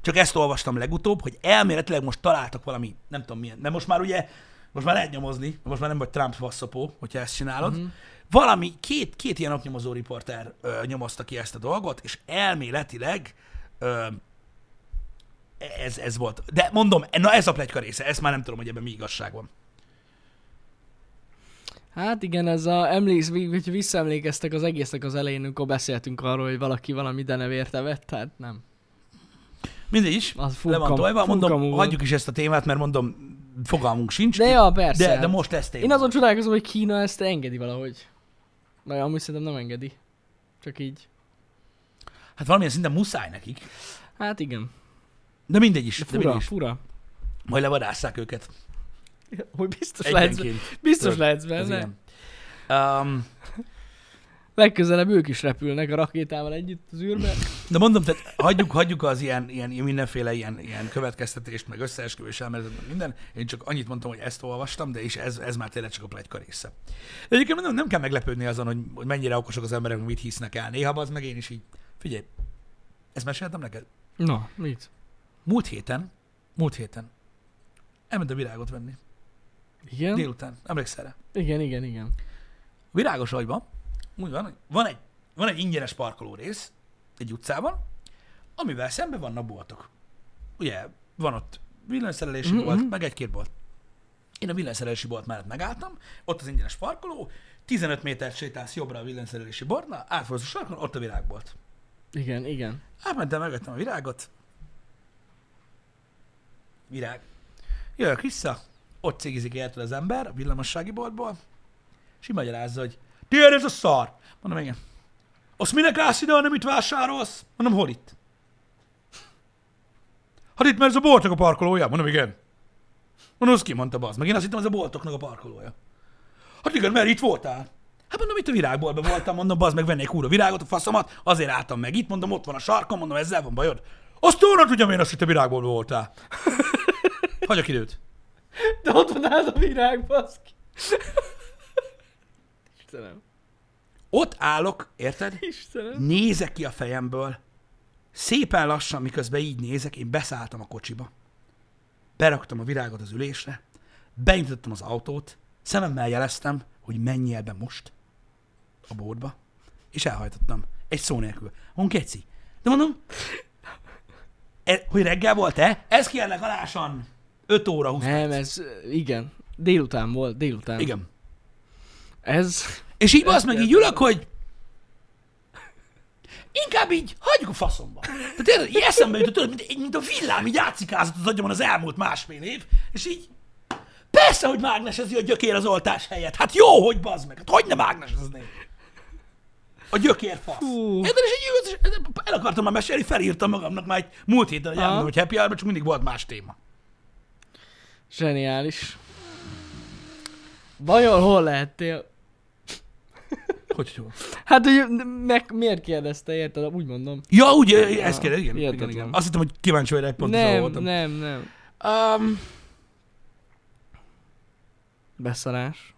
[SPEAKER 1] Csak ezt olvastam legutóbb, hogy elméletileg most találtak valami, nem tudom milyen, de most már ugye, most már lehet nyomozni, most már nem vagy Trump vasszapó, hogyha ezt csinálod. Uh-huh. Valami, két, két ilyen oknyomozó riporter ö, nyomozta ki ezt a dolgot, és elméletileg ö, ez, ez volt. De mondom, na ez a plegyka része, ezt már nem tudom, hogy ebben mi igazság van.
[SPEAKER 2] Hát igen, ez a emléksz, hogyha visszaemlékeztek az egésznek az elején, amikor beszéltünk arról, hogy valaki valami denevért evett, hát nem.
[SPEAKER 1] Mindegy is.
[SPEAKER 2] Az
[SPEAKER 1] Le van
[SPEAKER 2] furka-
[SPEAKER 1] tolva, mondom,
[SPEAKER 2] furka múlt.
[SPEAKER 1] hagyjuk is ezt a témát, mert mondom, fogalmunk sincs.
[SPEAKER 2] De ja, persze.
[SPEAKER 1] de,
[SPEAKER 2] hát.
[SPEAKER 1] de most lesz téma.
[SPEAKER 2] Én azon csodálkozom, hogy Kína ezt engedi valahogy. Vagy amúgy szerintem nem engedi. Csak így.
[SPEAKER 1] Hát valamilyen szinten muszáj nekik.
[SPEAKER 2] Hát igen.
[SPEAKER 1] De mindegy is.
[SPEAKER 2] De
[SPEAKER 1] De
[SPEAKER 2] fura,
[SPEAKER 1] mindegy
[SPEAKER 2] de
[SPEAKER 1] is.
[SPEAKER 2] fura.
[SPEAKER 1] Majd levadásszák őket.
[SPEAKER 2] Hogy biztos lehetsz,
[SPEAKER 1] Egyenként.
[SPEAKER 2] biztos
[SPEAKER 1] Tudod,
[SPEAKER 2] lehetsz
[SPEAKER 1] Ez
[SPEAKER 2] benne.
[SPEAKER 1] ilyen. Um,
[SPEAKER 2] Legközelebb ők is repülnek a rakétával együtt az űrbe.
[SPEAKER 1] de mondom, tehát hagyjuk, hagyjuk az ilyen, ilyen mindenféle ilyen, ilyen következtetést, meg összeesküvés elméletet, meg minden. Én csak annyit mondtam, hogy ezt olvastam, de is ez, ez már tényleg csak a plegyka része. De egyébként nem, nem kell meglepődni azon, hogy, hogy mennyire okosak az emberek, mit hisznek el. Néha az meg én is így, figyelj, ezt meséltem neked?
[SPEAKER 2] Na, mit?
[SPEAKER 1] Múlt héten, múlt héten elmentem virágot venni.
[SPEAKER 2] Igen?
[SPEAKER 1] Délután, emlékszel rá.
[SPEAKER 2] igen, igen, igen.
[SPEAKER 1] A virágos agyban úgy van, hogy van egy, van egy ingyenes parkoló rész egy utcában, amivel szemben vannak boltok. Ugye, van ott villanyszerelési
[SPEAKER 2] Mhm,
[SPEAKER 1] mm-hmm. bolt,
[SPEAKER 2] mhm.
[SPEAKER 1] meg egy-két bolt. Én a villanyszerelési bolt mellett megálltam, ott az ingyenes parkoló, 15 métert sétálsz jobbra a villanyszerelési boltnál, átfordulsz a sarkon, ott a virágbolt.
[SPEAKER 2] Igen, igen.
[SPEAKER 1] Elmentem, megvettem a virágot. Virág. Jövök vissza, ott cigizik érted az ember a villamossági boltból, és így magyarázza, hogy tiéd ez a szar. Mondom, igen. Azt minek állsz ide, ha nem itt vásárolsz? Mondom, hol itt? Hát itt, mert ez a boltok a parkolója. Mondom, igen. Mondom, az ki mondta, bazd meg. Én azt hittem, ez a boltoknak a parkolója. Hát igen, mert itt voltál. Hát mondom, itt a virágboltban voltam, mondom, bazd meg vennék úr a virágot, a faszomat, azért álltam meg itt, mondom, ott van a sarkon, mondom, ezzel van bajod. Azt jóra tudjam én azt, hogy te virágboltban voltál. Hagyok időt.
[SPEAKER 2] De ott van az a virág, baszki. Istenem.
[SPEAKER 1] Ott állok, érted?
[SPEAKER 2] Istenem.
[SPEAKER 1] Nézek ki a fejemből. Szépen lassan, miközben így nézek, én beszálltam a kocsiba. Beraktam a virágot az ülésre, beindítottam az autót, szememmel jeleztem, hogy menjél be most a boltba, és elhajtottam. Egy szó nélkül. Mondom, keci. De mondom, e, hogy reggel volt-e? Ez kérlek alásan 5 óra 20
[SPEAKER 2] Nem, ez... Igen. Délután volt, délután.
[SPEAKER 1] Igen.
[SPEAKER 2] Ez...
[SPEAKER 1] És így az meg így ülök, hogy Inkább így hagyjuk a faszomba. Tehát tényleg, így eszembe jutott, tudod, mint, mint, a villám, így átszikázott az agyamon az elmúlt másfél év, és így persze, hogy mágnesezi a gyökér az oltás helyett. Hát jó, hogy bazd meg. Hát hogy ne mágneseznék? A gyökér fasz.
[SPEAKER 2] Hú.
[SPEAKER 1] Érted, és egy üvös, el akartam már mesélni, felírtam magamnak már egy múlt héten, hogy
[SPEAKER 2] Aha.
[SPEAKER 1] elmondom, hogy happy hour csak mindig volt más téma.
[SPEAKER 2] Zseniális. Vajon hol lehettél?
[SPEAKER 1] Hogy jó.
[SPEAKER 2] Hát, hogy meg, miért kérdezte, érted? Úgy mondom.
[SPEAKER 1] Ja, úgy, ez kell, igen, igen,
[SPEAKER 2] hihetetlen.
[SPEAKER 1] igen. Azt hittem, hogy kíváncsi vagyok, pont
[SPEAKER 2] nem,
[SPEAKER 1] voltam.
[SPEAKER 2] nem, nem.
[SPEAKER 1] Um,
[SPEAKER 2] Beszarás.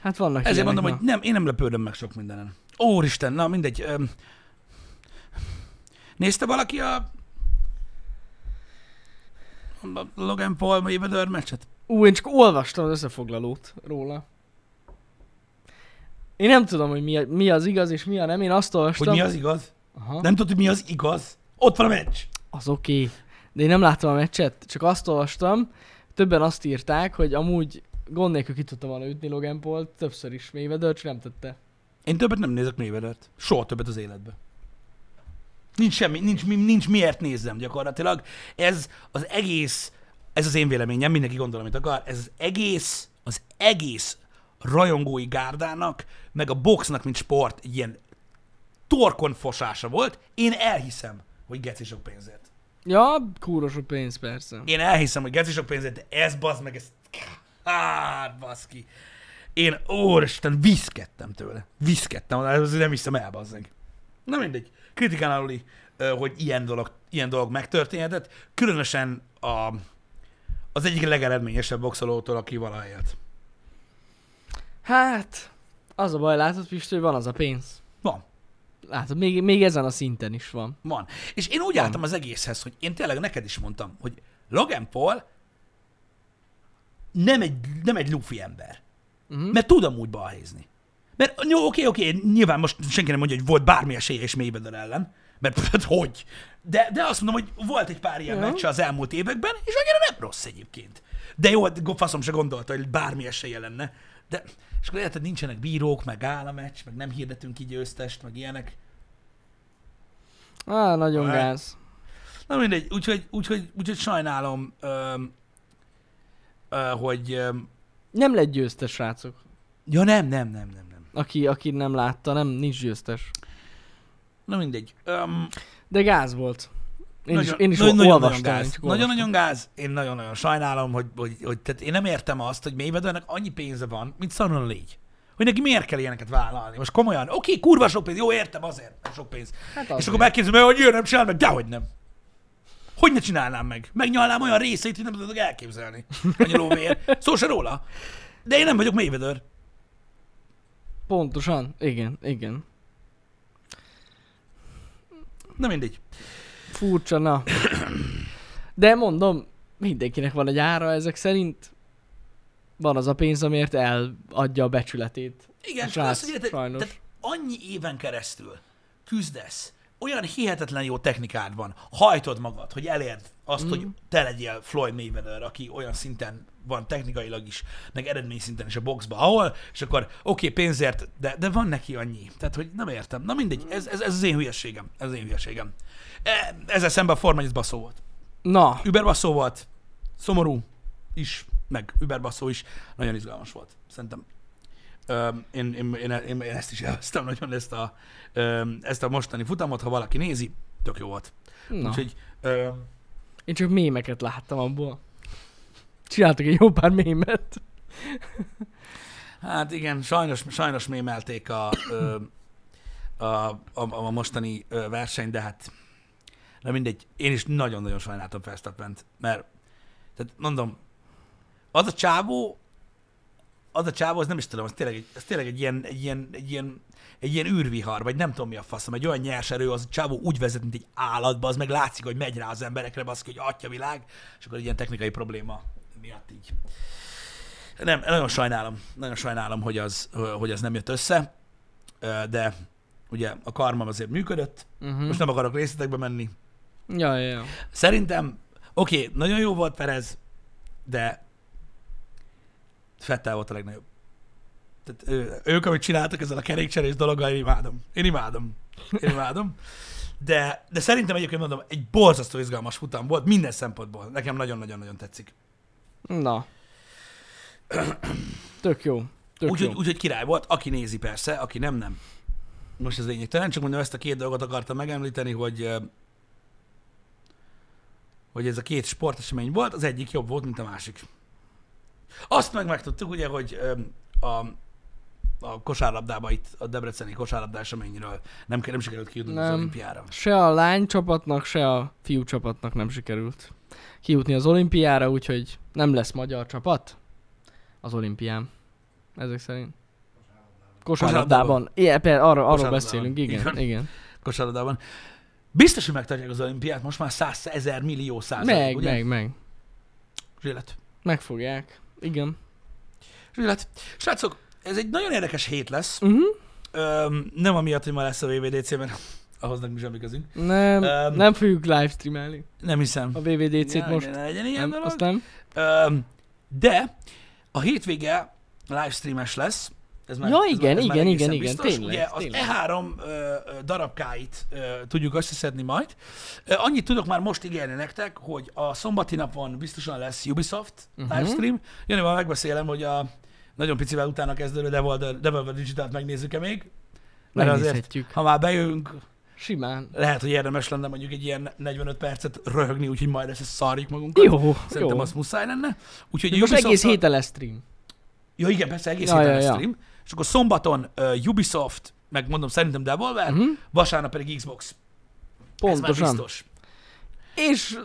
[SPEAKER 2] Hát vannak
[SPEAKER 1] ezért
[SPEAKER 2] ilyenek,
[SPEAKER 1] mondom,
[SPEAKER 2] na.
[SPEAKER 1] hogy nem, én nem lepődöm meg sok mindenen. Úristen, na mindegy. Um, nézte valaki a, a Logan Paul Mayweather meccset?
[SPEAKER 2] Ú, én csak olvastam az összefoglalót róla. Én nem tudom, hogy mi, a, mi az igaz és mi a nem, én azt olvastam.
[SPEAKER 1] Hogy mi az igaz?
[SPEAKER 2] Aha.
[SPEAKER 1] Nem tudod, hogy mi az igaz? Ott van a meccs.
[SPEAKER 2] Az oké. De én nem láttam a meccset, csak azt olvastam, többen azt írták, hogy amúgy gond nélkül ki tudta volna ütni Logan Paul, többször is Mayweather, csak nem tette.
[SPEAKER 1] Én többet nem nézek Mayweathert. Soha többet az életben. Nincs semmi, nincs, mi- nincs miért nézzem gyakorlatilag. Ez az egész, ez az én véleményem, mindenki gondol, amit akar, ez az egész, az egész rajongói gárdának, meg a boxnak, mint sport, egy ilyen torkon fosása volt. Én elhiszem, hogy geci sok pénzért.
[SPEAKER 2] Ja, kúros a pénz, persze.
[SPEAKER 1] Én elhiszem, hogy geci sok pénzért, de ez bazd meg, ez... Hát, baszki. Én úristen, viszkedtem tőle. Viszkedtem, azért nem hiszem el, bazd meg. Na mindegy. Kritikán aluli, ö, hogy ilyen dolog, ilyen dolog megtörténhetett. Különösen a, az egyik legeredményesebb boxolótól, aki valaha élt.
[SPEAKER 2] Hát, az a baj, látod Pistő, hogy van az a pénz.
[SPEAKER 1] Van.
[SPEAKER 2] Látod, még, még ezen a szinten is van.
[SPEAKER 1] Van. És én úgy álltam az egészhez, hogy én tényleg neked is mondtam, hogy Logan Paul nem egy, nem egy lufi ember.
[SPEAKER 2] Mhm.
[SPEAKER 1] Uh-huh. Mert tud amúgy balhézni. Mert jó, oké, oké, nyilván most senki nem mondja, hogy volt bármi esélye is Mayweather ellen, mert hát hogy? De, de azt mondom, hogy volt egy pár ilyen
[SPEAKER 2] Ja.
[SPEAKER 1] meccs az elmúlt években, és annyira nem rossz egyébként. De jó, hát go- faszom se gondolta, hogy bármi esélye lenne. De, és akkor érted, nincsenek bírók, meg áll a meccs, meg nem hirdetünk ki győztest, meg ilyenek.
[SPEAKER 2] Á, nagyon
[SPEAKER 1] Hát.
[SPEAKER 2] gáz.
[SPEAKER 1] Na mindegy, úgyhogy, úgyhogy, úgyhogy sajnálom, öm, ö, hogy... Öm,
[SPEAKER 2] Nem lett győztes, srácok.
[SPEAKER 1] ja nem, nem, nem, nem, nem.
[SPEAKER 2] Aki, aki nem látta, nem, nincs győztes.
[SPEAKER 1] Na mindegy. Öm,
[SPEAKER 2] De gáz volt. Én
[SPEAKER 1] nagyon-
[SPEAKER 2] is, én is
[SPEAKER 1] nagyon-
[SPEAKER 2] nagyon,
[SPEAKER 1] nagyon
[SPEAKER 2] olvastam. én
[SPEAKER 1] gáz.
[SPEAKER 2] csak olvastam.
[SPEAKER 1] Nagyon-nagyon gáz. Én nagyon-nagyon sajnálom, hogy, hogy, hogy tehát én nem értem azt, hogy Mayweathernek annyi pénze van, mint Szanon légy. Hogy neki miért kell ilyeneket vállalni? Most komolyan. Oké, kurva sok pénz. Jó, értem, azért mert sok pénz.
[SPEAKER 2] Hát
[SPEAKER 1] És
[SPEAKER 2] azért.
[SPEAKER 1] akkor megkérdezem, hogy ő nem csinál meg, dehogy nem. Hogy ne csinálnám meg? Megnyalnám olyan részeit, hogy nem tudok elképzelni. Annyi lóvér. Szó se róla. De én nem vagyok Mayweather.
[SPEAKER 2] Pontosan, igen, igen.
[SPEAKER 1] Na mindegy.
[SPEAKER 2] Furcsa, na. De mondom, mindenkinek van egy ára ezek szerint. Van az a pénz, amiért eladja a becsületét.
[SPEAKER 1] Igen,
[SPEAKER 2] A
[SPEAKER 1] csak azt,
[SPEAKER 2] srác,
[SPEAKER 1] hogy érted,
[SPEAKER 2] sajnos.
[SPEAKER 1] tehát annyi éven keresztül küzdesz, olyan hihetetlen jó technikád van, hajtod magad, hogy elérd azt, mm. hogy te legyél Floyd Mayweather, aki olyan szinten van technikailag is, meg eredmény szinten is a boxba, ahol, és akkor oké, okay, pénzért, de, de van neki annyi. Tehát, hogy nem értem. Na mindegy, ez, ez, ez az én hülyeségem. Ez az én hülyeségem. E- Ezzel szemben a Forma 1 baszó volt.
[SPEAKER 2] Na,
[SPEAKER 1] Uber basszó volt, szomorú is, meg Uber basszó is, nagyon izgalmas volt, szerintem. Öm, én, én, én, én, én ezt is elvesztem nagyon, ezt a, öm, ezt a mostani futamot, ha valaki nézi, tök jó volt.
[SPEAKER 2] na.
[SPEAKER 1] Úgyhogy öm,
[SPEAKER 2] Én csak mémeket láttam abból. Csináltak egy jó pár mémet.
[SPEAKER 1] Hát igen, sajnos, sajnos mémelték a, ö, a, a, a mostani ö, verseny, de hát na mindegy, én is nagyon-nagyon sajnáltam Verstappent, mert tehát mondom, az a csávó, az a csávó, az nem is tudom, az tényleg, egy- az tényleg egy, ilyen, egy, ilyen, egy, ilyen, egy ilyen űrvihar, vagy nem tudom mi a faszom, egy olyan nyers erő, az a csávó úgy vezet, mint egy állatba, az meg látszik, hogy megy rá az emberekre, baszki, hogy atya világ, és akkor egy ilyen technikai probléma miatt így nem, nagyon sajnálom, nagyon sajnálom, hogy az, hogy az nem jött össze, Ö, de ugye a karmam azért működött,
[SPEAKER 2] Uh-huh.
[SPEAKER 1] most nem akarok részletekbe menni.
[SPEAKER 2] Ja, ja, ja.
[SPEAKER 1] Szerintem, oké, okay, nagyon jó volt Perez, de Fettel volt a legnagyobb. Tehát ő, ők, amit csináltak ezzel a kerékcserés dologgal, én imádom. Én imádom. Én imádom. De, de szerintem egyébként mondom, egy borzasztó izgalmas futam volt minden szempontból. Nekem nagyon-nagyon-nagyon tetszik.
[SPEAKER 2] Na. Tök jó. Tök jó.
[SPEAKER 1] Úgyhogy úgy, hogy király volt, aki nézi persze, aki nem, nem. Most ez lényegtelen, csak mondom, ezt a két dolgot akartam megemlíteni, hogy ö, hogy ez a két sportesemény volt, az egyik jobb volt, mint a másik. Azt meg megtudtuk ugye, hogy ö, a, a kosárlabdába itt, a debreceni kosárlabda eseményről nem, nem sikerült kijutni az
[SPEAKER 2] Nem.
[SPEAKER 1] olimpiára.
[SPEAKER 2] Se a lány csapatnak, se a fiú csapatnak nem sikerült kijutni az olimpiára, úgyhogy nem lesz magyar csapat az olimpián. Ezek szerint. Kosárlabdában. Igen, például arra, arról
[SPEAKER 1] Kosárlabdában.
[SPEAKER 2] beszélünk,
[SPEAKER 1] Így van.
[SPEAKER 2] igen, igen.
[SPEAKER 1] Kosárlabdában. Biztos, hogy megtartják az olimpiát, most már 100 ezer millió százalék,
[SPEAKER 2] Meg,
[SPEAKER 1] ugye?
[SPEAKER 2] meg, meg.
[SPEAKER 1] Zsillet.
[SPEAKER 2] Megfogják. Igen.
[SPEAKER 1] Zsillet. Srácok, ez egy nagyon érdekes hét lesz.
[SPEAKER 2] Uh-huh.
[SPEAKER 1] Öm, nem amiatt, hogy ma lesz a VVDC, mert ahhoz nekünk semmi közünk.
[SPEAKER 2] Nem,
[SPEAKER 1] Öm.
[SPEAKER 2] nem fogjuk livestreamelni
[SPEAKER 1] Nem hiszem.
[SPEAKER 2] a VVDC-t
[SPEAKER 1] Ja,
[SPEAKER 2] most.
[SPEAKER 1] Ne legyen ilyen
[SPEAKER 2] Nem,
[SPEAKER 1] dolog.
[SPEAKER 2] azt nem.
[SPEAKER 1] Öm, de a hétvége livestreames lesz. Ez
[SPEAKER 2] Ja,
[SPEAKER 1] ez
[SPEAKER 2] igen,
[SPEAKER 1] ez
[SPEAKER 2] igen,
[SPEAKER 1] egészen
[SPEAKER 2] igen, igen, tényleg,
[SPEAKER 1] Ugye az
[SPEAKER 2] tényleg.
[SPEAKER 1] E3 ö, ö, darabkáit ö, tudjuk összeszedni majd. Ö, annyit tudok már most ígérni nektek, hogy a szombati napon biztosan lesz Ubisoft uh-huh.
[SPEAKER 2] Mhm.
[SPEAKER 1] livestream. Jönőben megbeszélem, hogy a nagyon picivel utána kezdődő Devolver, Devolver Digital-t megnézzük-e még. Mert azért,
[SPEAKER 2] Megnézhetjük.
[SPEAKER 1] ha már bejövünk,
[SPEAKER 2] Simán.
[SPEAKER 1] lehet, hogy érdemes lenne mondjuk egy ilyen 45 percet röhögni, úgyhogy majd ezt szarjuk magunkat.
[SPEAKER 2] Jó,
[SPEAKER 1] Szerintem
[SPEAKER 2] jó.
[SPEAKER 1] az muszáj lenne. Úgyhogy a
[SPEAKER 2] Most egész
[SPEAKER 1] Ubisoft-tal-
[SPEAKER 2] héten lesz stream.
[SPEAKER 1] Ja igen, persze, egész
[SPEAKER 2] Ja,
[SPEAKER 1] héten
[SPEAKER 2] ja,
[SPEAKER 1] lesz
[SPEAKER 2] ja.
[SPEAKER 1] stream. És akkor szombaton uh, Ubisoft, meg mondom szerintem Devolver, uh-huh.
[SPEAKER 2] Uh-huh.
[SPEAKER 1] vasárnap pedig Xbox. Ez már
[SPEAKER 2] Pontosan.
[SPEAKER 1] biztos.
[SPEAKER 2] És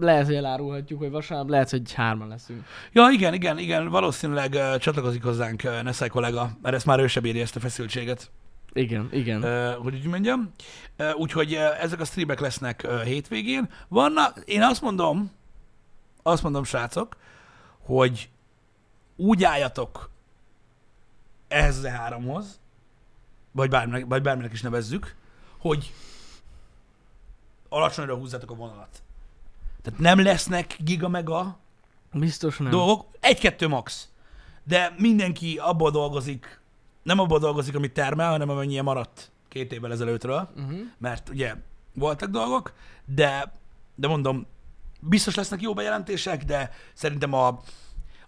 [SPEAKER 2] lehet, hogy elárulhatjuk, hogy vasárnap lehet, hogy hárman leszünk.
[SPEAKER 1] Ja igen, igen, igen, valószínűleg uh, csatlakozik hozzánk uh, Neszai kollega, mert ezt már ő sem bírja ezt a feszültséget,
[SPEAKER 2] Igen, igen.
[SPEAKER 1] uh, hogy úgy mondjam. Uh, úgyhogy uh, ezek a streamek lesznek uh, hétvégén. Vannak, én azt mondom, azt mondom srácok, hogy úgy álljatok ehhez az E3-hoz, vagy bárminek, vagy bárminek is nevezzük, hogy alacsonyra húzzátok a vonalat. Tehát nem lesznek giga-mega
[SPEAKER 2] Biztos nem.
[SPEAKER 1] dolgok, egy-kettő max. De mindenki abból dolgozik, nem abból dolgozik, amit termel, hanem amennyien maradt két évvel ezelőttről,
[SPEAKER 2] uh-huh.
[SPEAKER 1] mert ugye voltak dolgok, de, de mondom, biztos lesznek jó bejelentések, de szerintem a,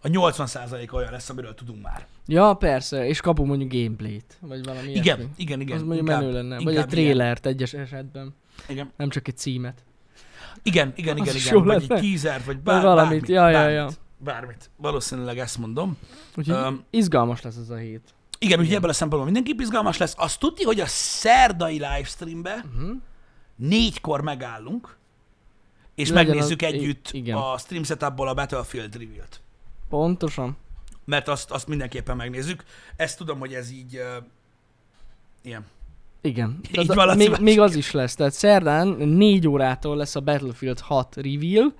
[SPEAKER 1] a 80% olyan lesz, amiről tudunk már.
[SPEAKER 2] Ja, persze, és kapunk mondjuk gameplayt, vagy valami
[SPEAKER 1] Igen,
[SPEAKER 2] ilyesmi.
[SPEAKER 1] igen, igen.
[SPEAKER 2] Az mondjuk
[SPEAKER 1] inkább-
[SPEAKER 2] menő lenne. Vagy
[SPEAKER 1] inkább
[SPEAKER 2] egy trélert egyes esetben,
[SPEAKER 1] Igen,
[SPEAKER 2] nem csak egy címet.
[SPEAKER 1] igen, igen,
[SPEAKER 2] Az
[SPEAKER 1] igen,
[SPEAKER 2] is
[SPEAKER 1] igen.
[SPEAKER 2] jó
[SPEAKER 1] Vagy egy
[SPEAKER 2] lenne.
[SPEAKER 1] teasert, vagy bár,
[SPEAKER 2] vagy valamit,
[SPEAKER 1] bármit,
[SPEAKER 2] ja, ja,
[SPEAKER 1] bármit,
[SPEAKER 2] ja.
[SPEAKER 1] bármit. Valószínűleg ezt mondom.
[SPEAKER 2] Úgyhogy
[SPEAKER 1] Öm.
[SPEAKER 2] izgalmas lesz ez a hét.
[SPEAKER 1] Igen, úgyhogy ebből a szempontból mindenki izgalmas lesz. Azt tudni, hogy a szerdai livestreambe
[SPEAKER 2] Uh-huh.
[SPEAKER 1] négykor megállunk, és
[SPEAKER 2] Legyen
[SPEAKER 1] megnézzük
[SPEAKER 2] az-
[SPEAKER 1] együtt
[SPEAKER 2] i- igen.
[SPEAKER 1] a stream setupból a Battlefield reveal-t.
[SPEAKER 2] Pontosan.
[SPEAKER 1] Mert azt, azt mindenképpen megnézzük. Ezt tudom, hogy ez így... Uh, ilyen.
[SPEAKER 2] Igen.
[SPEAKER 1] Így
[SPEAKER 2] Tehát
[SPEAKER 1] van, Laci
[SPEAKER 2] még,
[SPEAKER 1] bácsi.
[SPEAKER 2] még az is lesz. Tehát szerdán 4 órától lesz a Battlefield 6 reveal,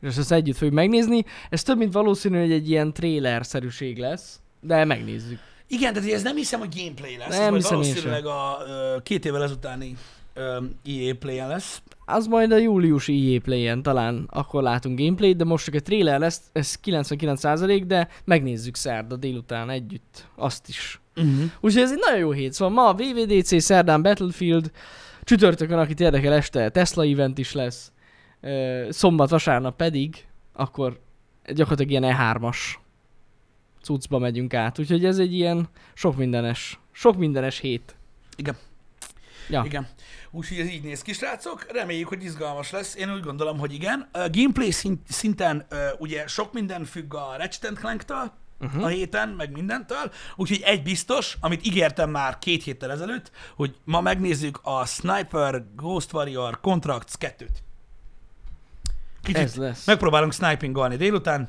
[SPEAKER 2] és ezt együtt fogjuk megnézni. Ez több, mint valószínű, hogy egy ilyen trailer-szerűség lesz, de megnézzük.
[SPEAKER 1] Igen, tehát ez nem hiszem, hogy gameplay lesz.
[SPEAKER 2] Nem
[SPEAKER 1] ez majd
[SPEAKER 2] hiszem én sem.
[SPEAKER 1] valószínűleg a uh, két évvel ezutáni uh, EA play lesz.
[SPEAKER 2] Az majd a júliusi EA play talán akkor látunk gameplayt, de most csak egy trailer lesz, ez 99% de megnézzük szerda délután együtt azt is.
[SPEAKER 1] Uh-huh.
[SPEAKER 2] Úgyhogy ez egy nagyon jó hét, szóval ma a VVDC, szerdán Battlefield, csütörtökön, akit érdekel este, Tesla event is lesz, Ö, szombat, vasárnap pedig, akkor gyakorlatilag ilyen E3-as cuccba megyünk át, úgyhogy ez egy ilyen sok mindenes, sok mindenes hét.
[SPEAKER 1] Igen.
[SPEAKER 2] Ja.
[SPEAKER 1] Igen. Úgyhogy ez így néz ki, srácok. Reméljük, hogy izgalmas lesz. Én úgy gondolom, hogy igen. A gameplay szint- szinten uh, ugye sok minden függ a Ratchet and Clank-től,
[SPEAKER 2] Mhm.
[SPEAKER 1] uh-huh. a héten, meg mindentől. Úgyhogy egy biztos, amit ígértem már két héttel ezelőtt, hogy ma megnézzük a Sniper Ghost Warrior Contracts 2-t. Kicsit
[SPEAKER 2] Ez lesz.
[SPEAKER 1] megpróbálunk snipingolni délután.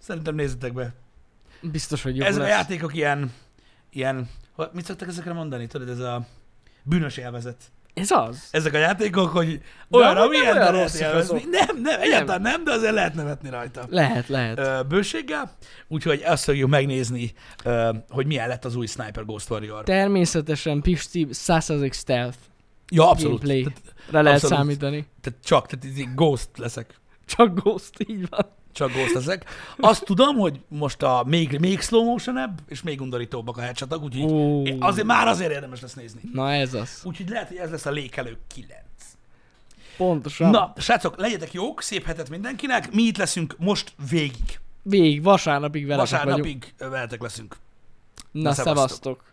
[SPEAKER 1] Szerintem nézzetek be.
[SPEAKER 2] Biztos, hogy jó
[SPEAKER 1] Jó, ezek
[SPEAKER 2] lesz.
[SPEAKER 1] a játékok ilyen, ilyen, hogy- mit szoktak ezekre mondani? Tudod, ez a bűnös élvezet
[SPEAKER 2] Ez az.
[SPEAKER 1] ezek a játékok, hogy olyan,
[SPEAKER 2] amúgy
[SPEAKER 1] amilyen,
[SPEAKER 2] nem
[SPEAKER 1] de
[SPEAKER 2] olyan
[SPEAKER 1] lehet
[SPEAKER 2] rosszak
[SPEAKER 1] élvezni.
[SPEAKER 2] azok.
[SPEAKER 1] Nem, nem, egyáltalán nem, de azért lehet nevetni rajta.
[SPEAKER 2] Lehet, lehet.
[SPEAKER 1] Ö, Bőséggel, úgyhogy azt fogjuk megnézni, ö, hogy milyen lett az új Sniper Ghost Warrior.
[SPEAKER 2] Természetesen Pisti 100% stealth
[SPEAKER 1] Ja, abszolút.
[SPEAKER 2] gameplay-re
[SPEAKER 1] Tehát,
[SPEAKER 2] lehet
[SPEAKER 1] abszolút.
[SPEAKER 2] számítani.
[SPEAKER 1] tehát csak, tehát így ghost leszek.
[SPEAKER 2] Csak Ghost, így van.
[SPEAKER 1] csak ghost ezek. Azt tudom, hogy most a még, még slow motion és még undorítóbbak a headshotok, úgyhogy
[SPEAKER 2] Ó.
[SPEAKER 1] é- azért, már azért érdemes lesz nézni.
[SPEAKER 2] Na ez az.
[SPEAKER 1] Úgyhogy lehet, hogy ez lesz a lékelő 9.
[SPEAKER 2] Pontosan. Na.
[SPEAKER 1] Na, srácok, legyetek jók, szép hetet mindenkinek, mi itt leszünk most végig.
[SPEAKER 2] Végig, vasárnapig veletek
[SPEAKER 1] Vasárnapig
[SPEAKER 2] vagyunk.
[SPEAKER 1] vagyunk. veletek leszünk.
[SPEAKER 2] Na,
[SPEAKER 1] Na,
[SPEAKER 2] Na
[SPEAKER 1] szevasztok.
[SPEAKER 2] szevasztok.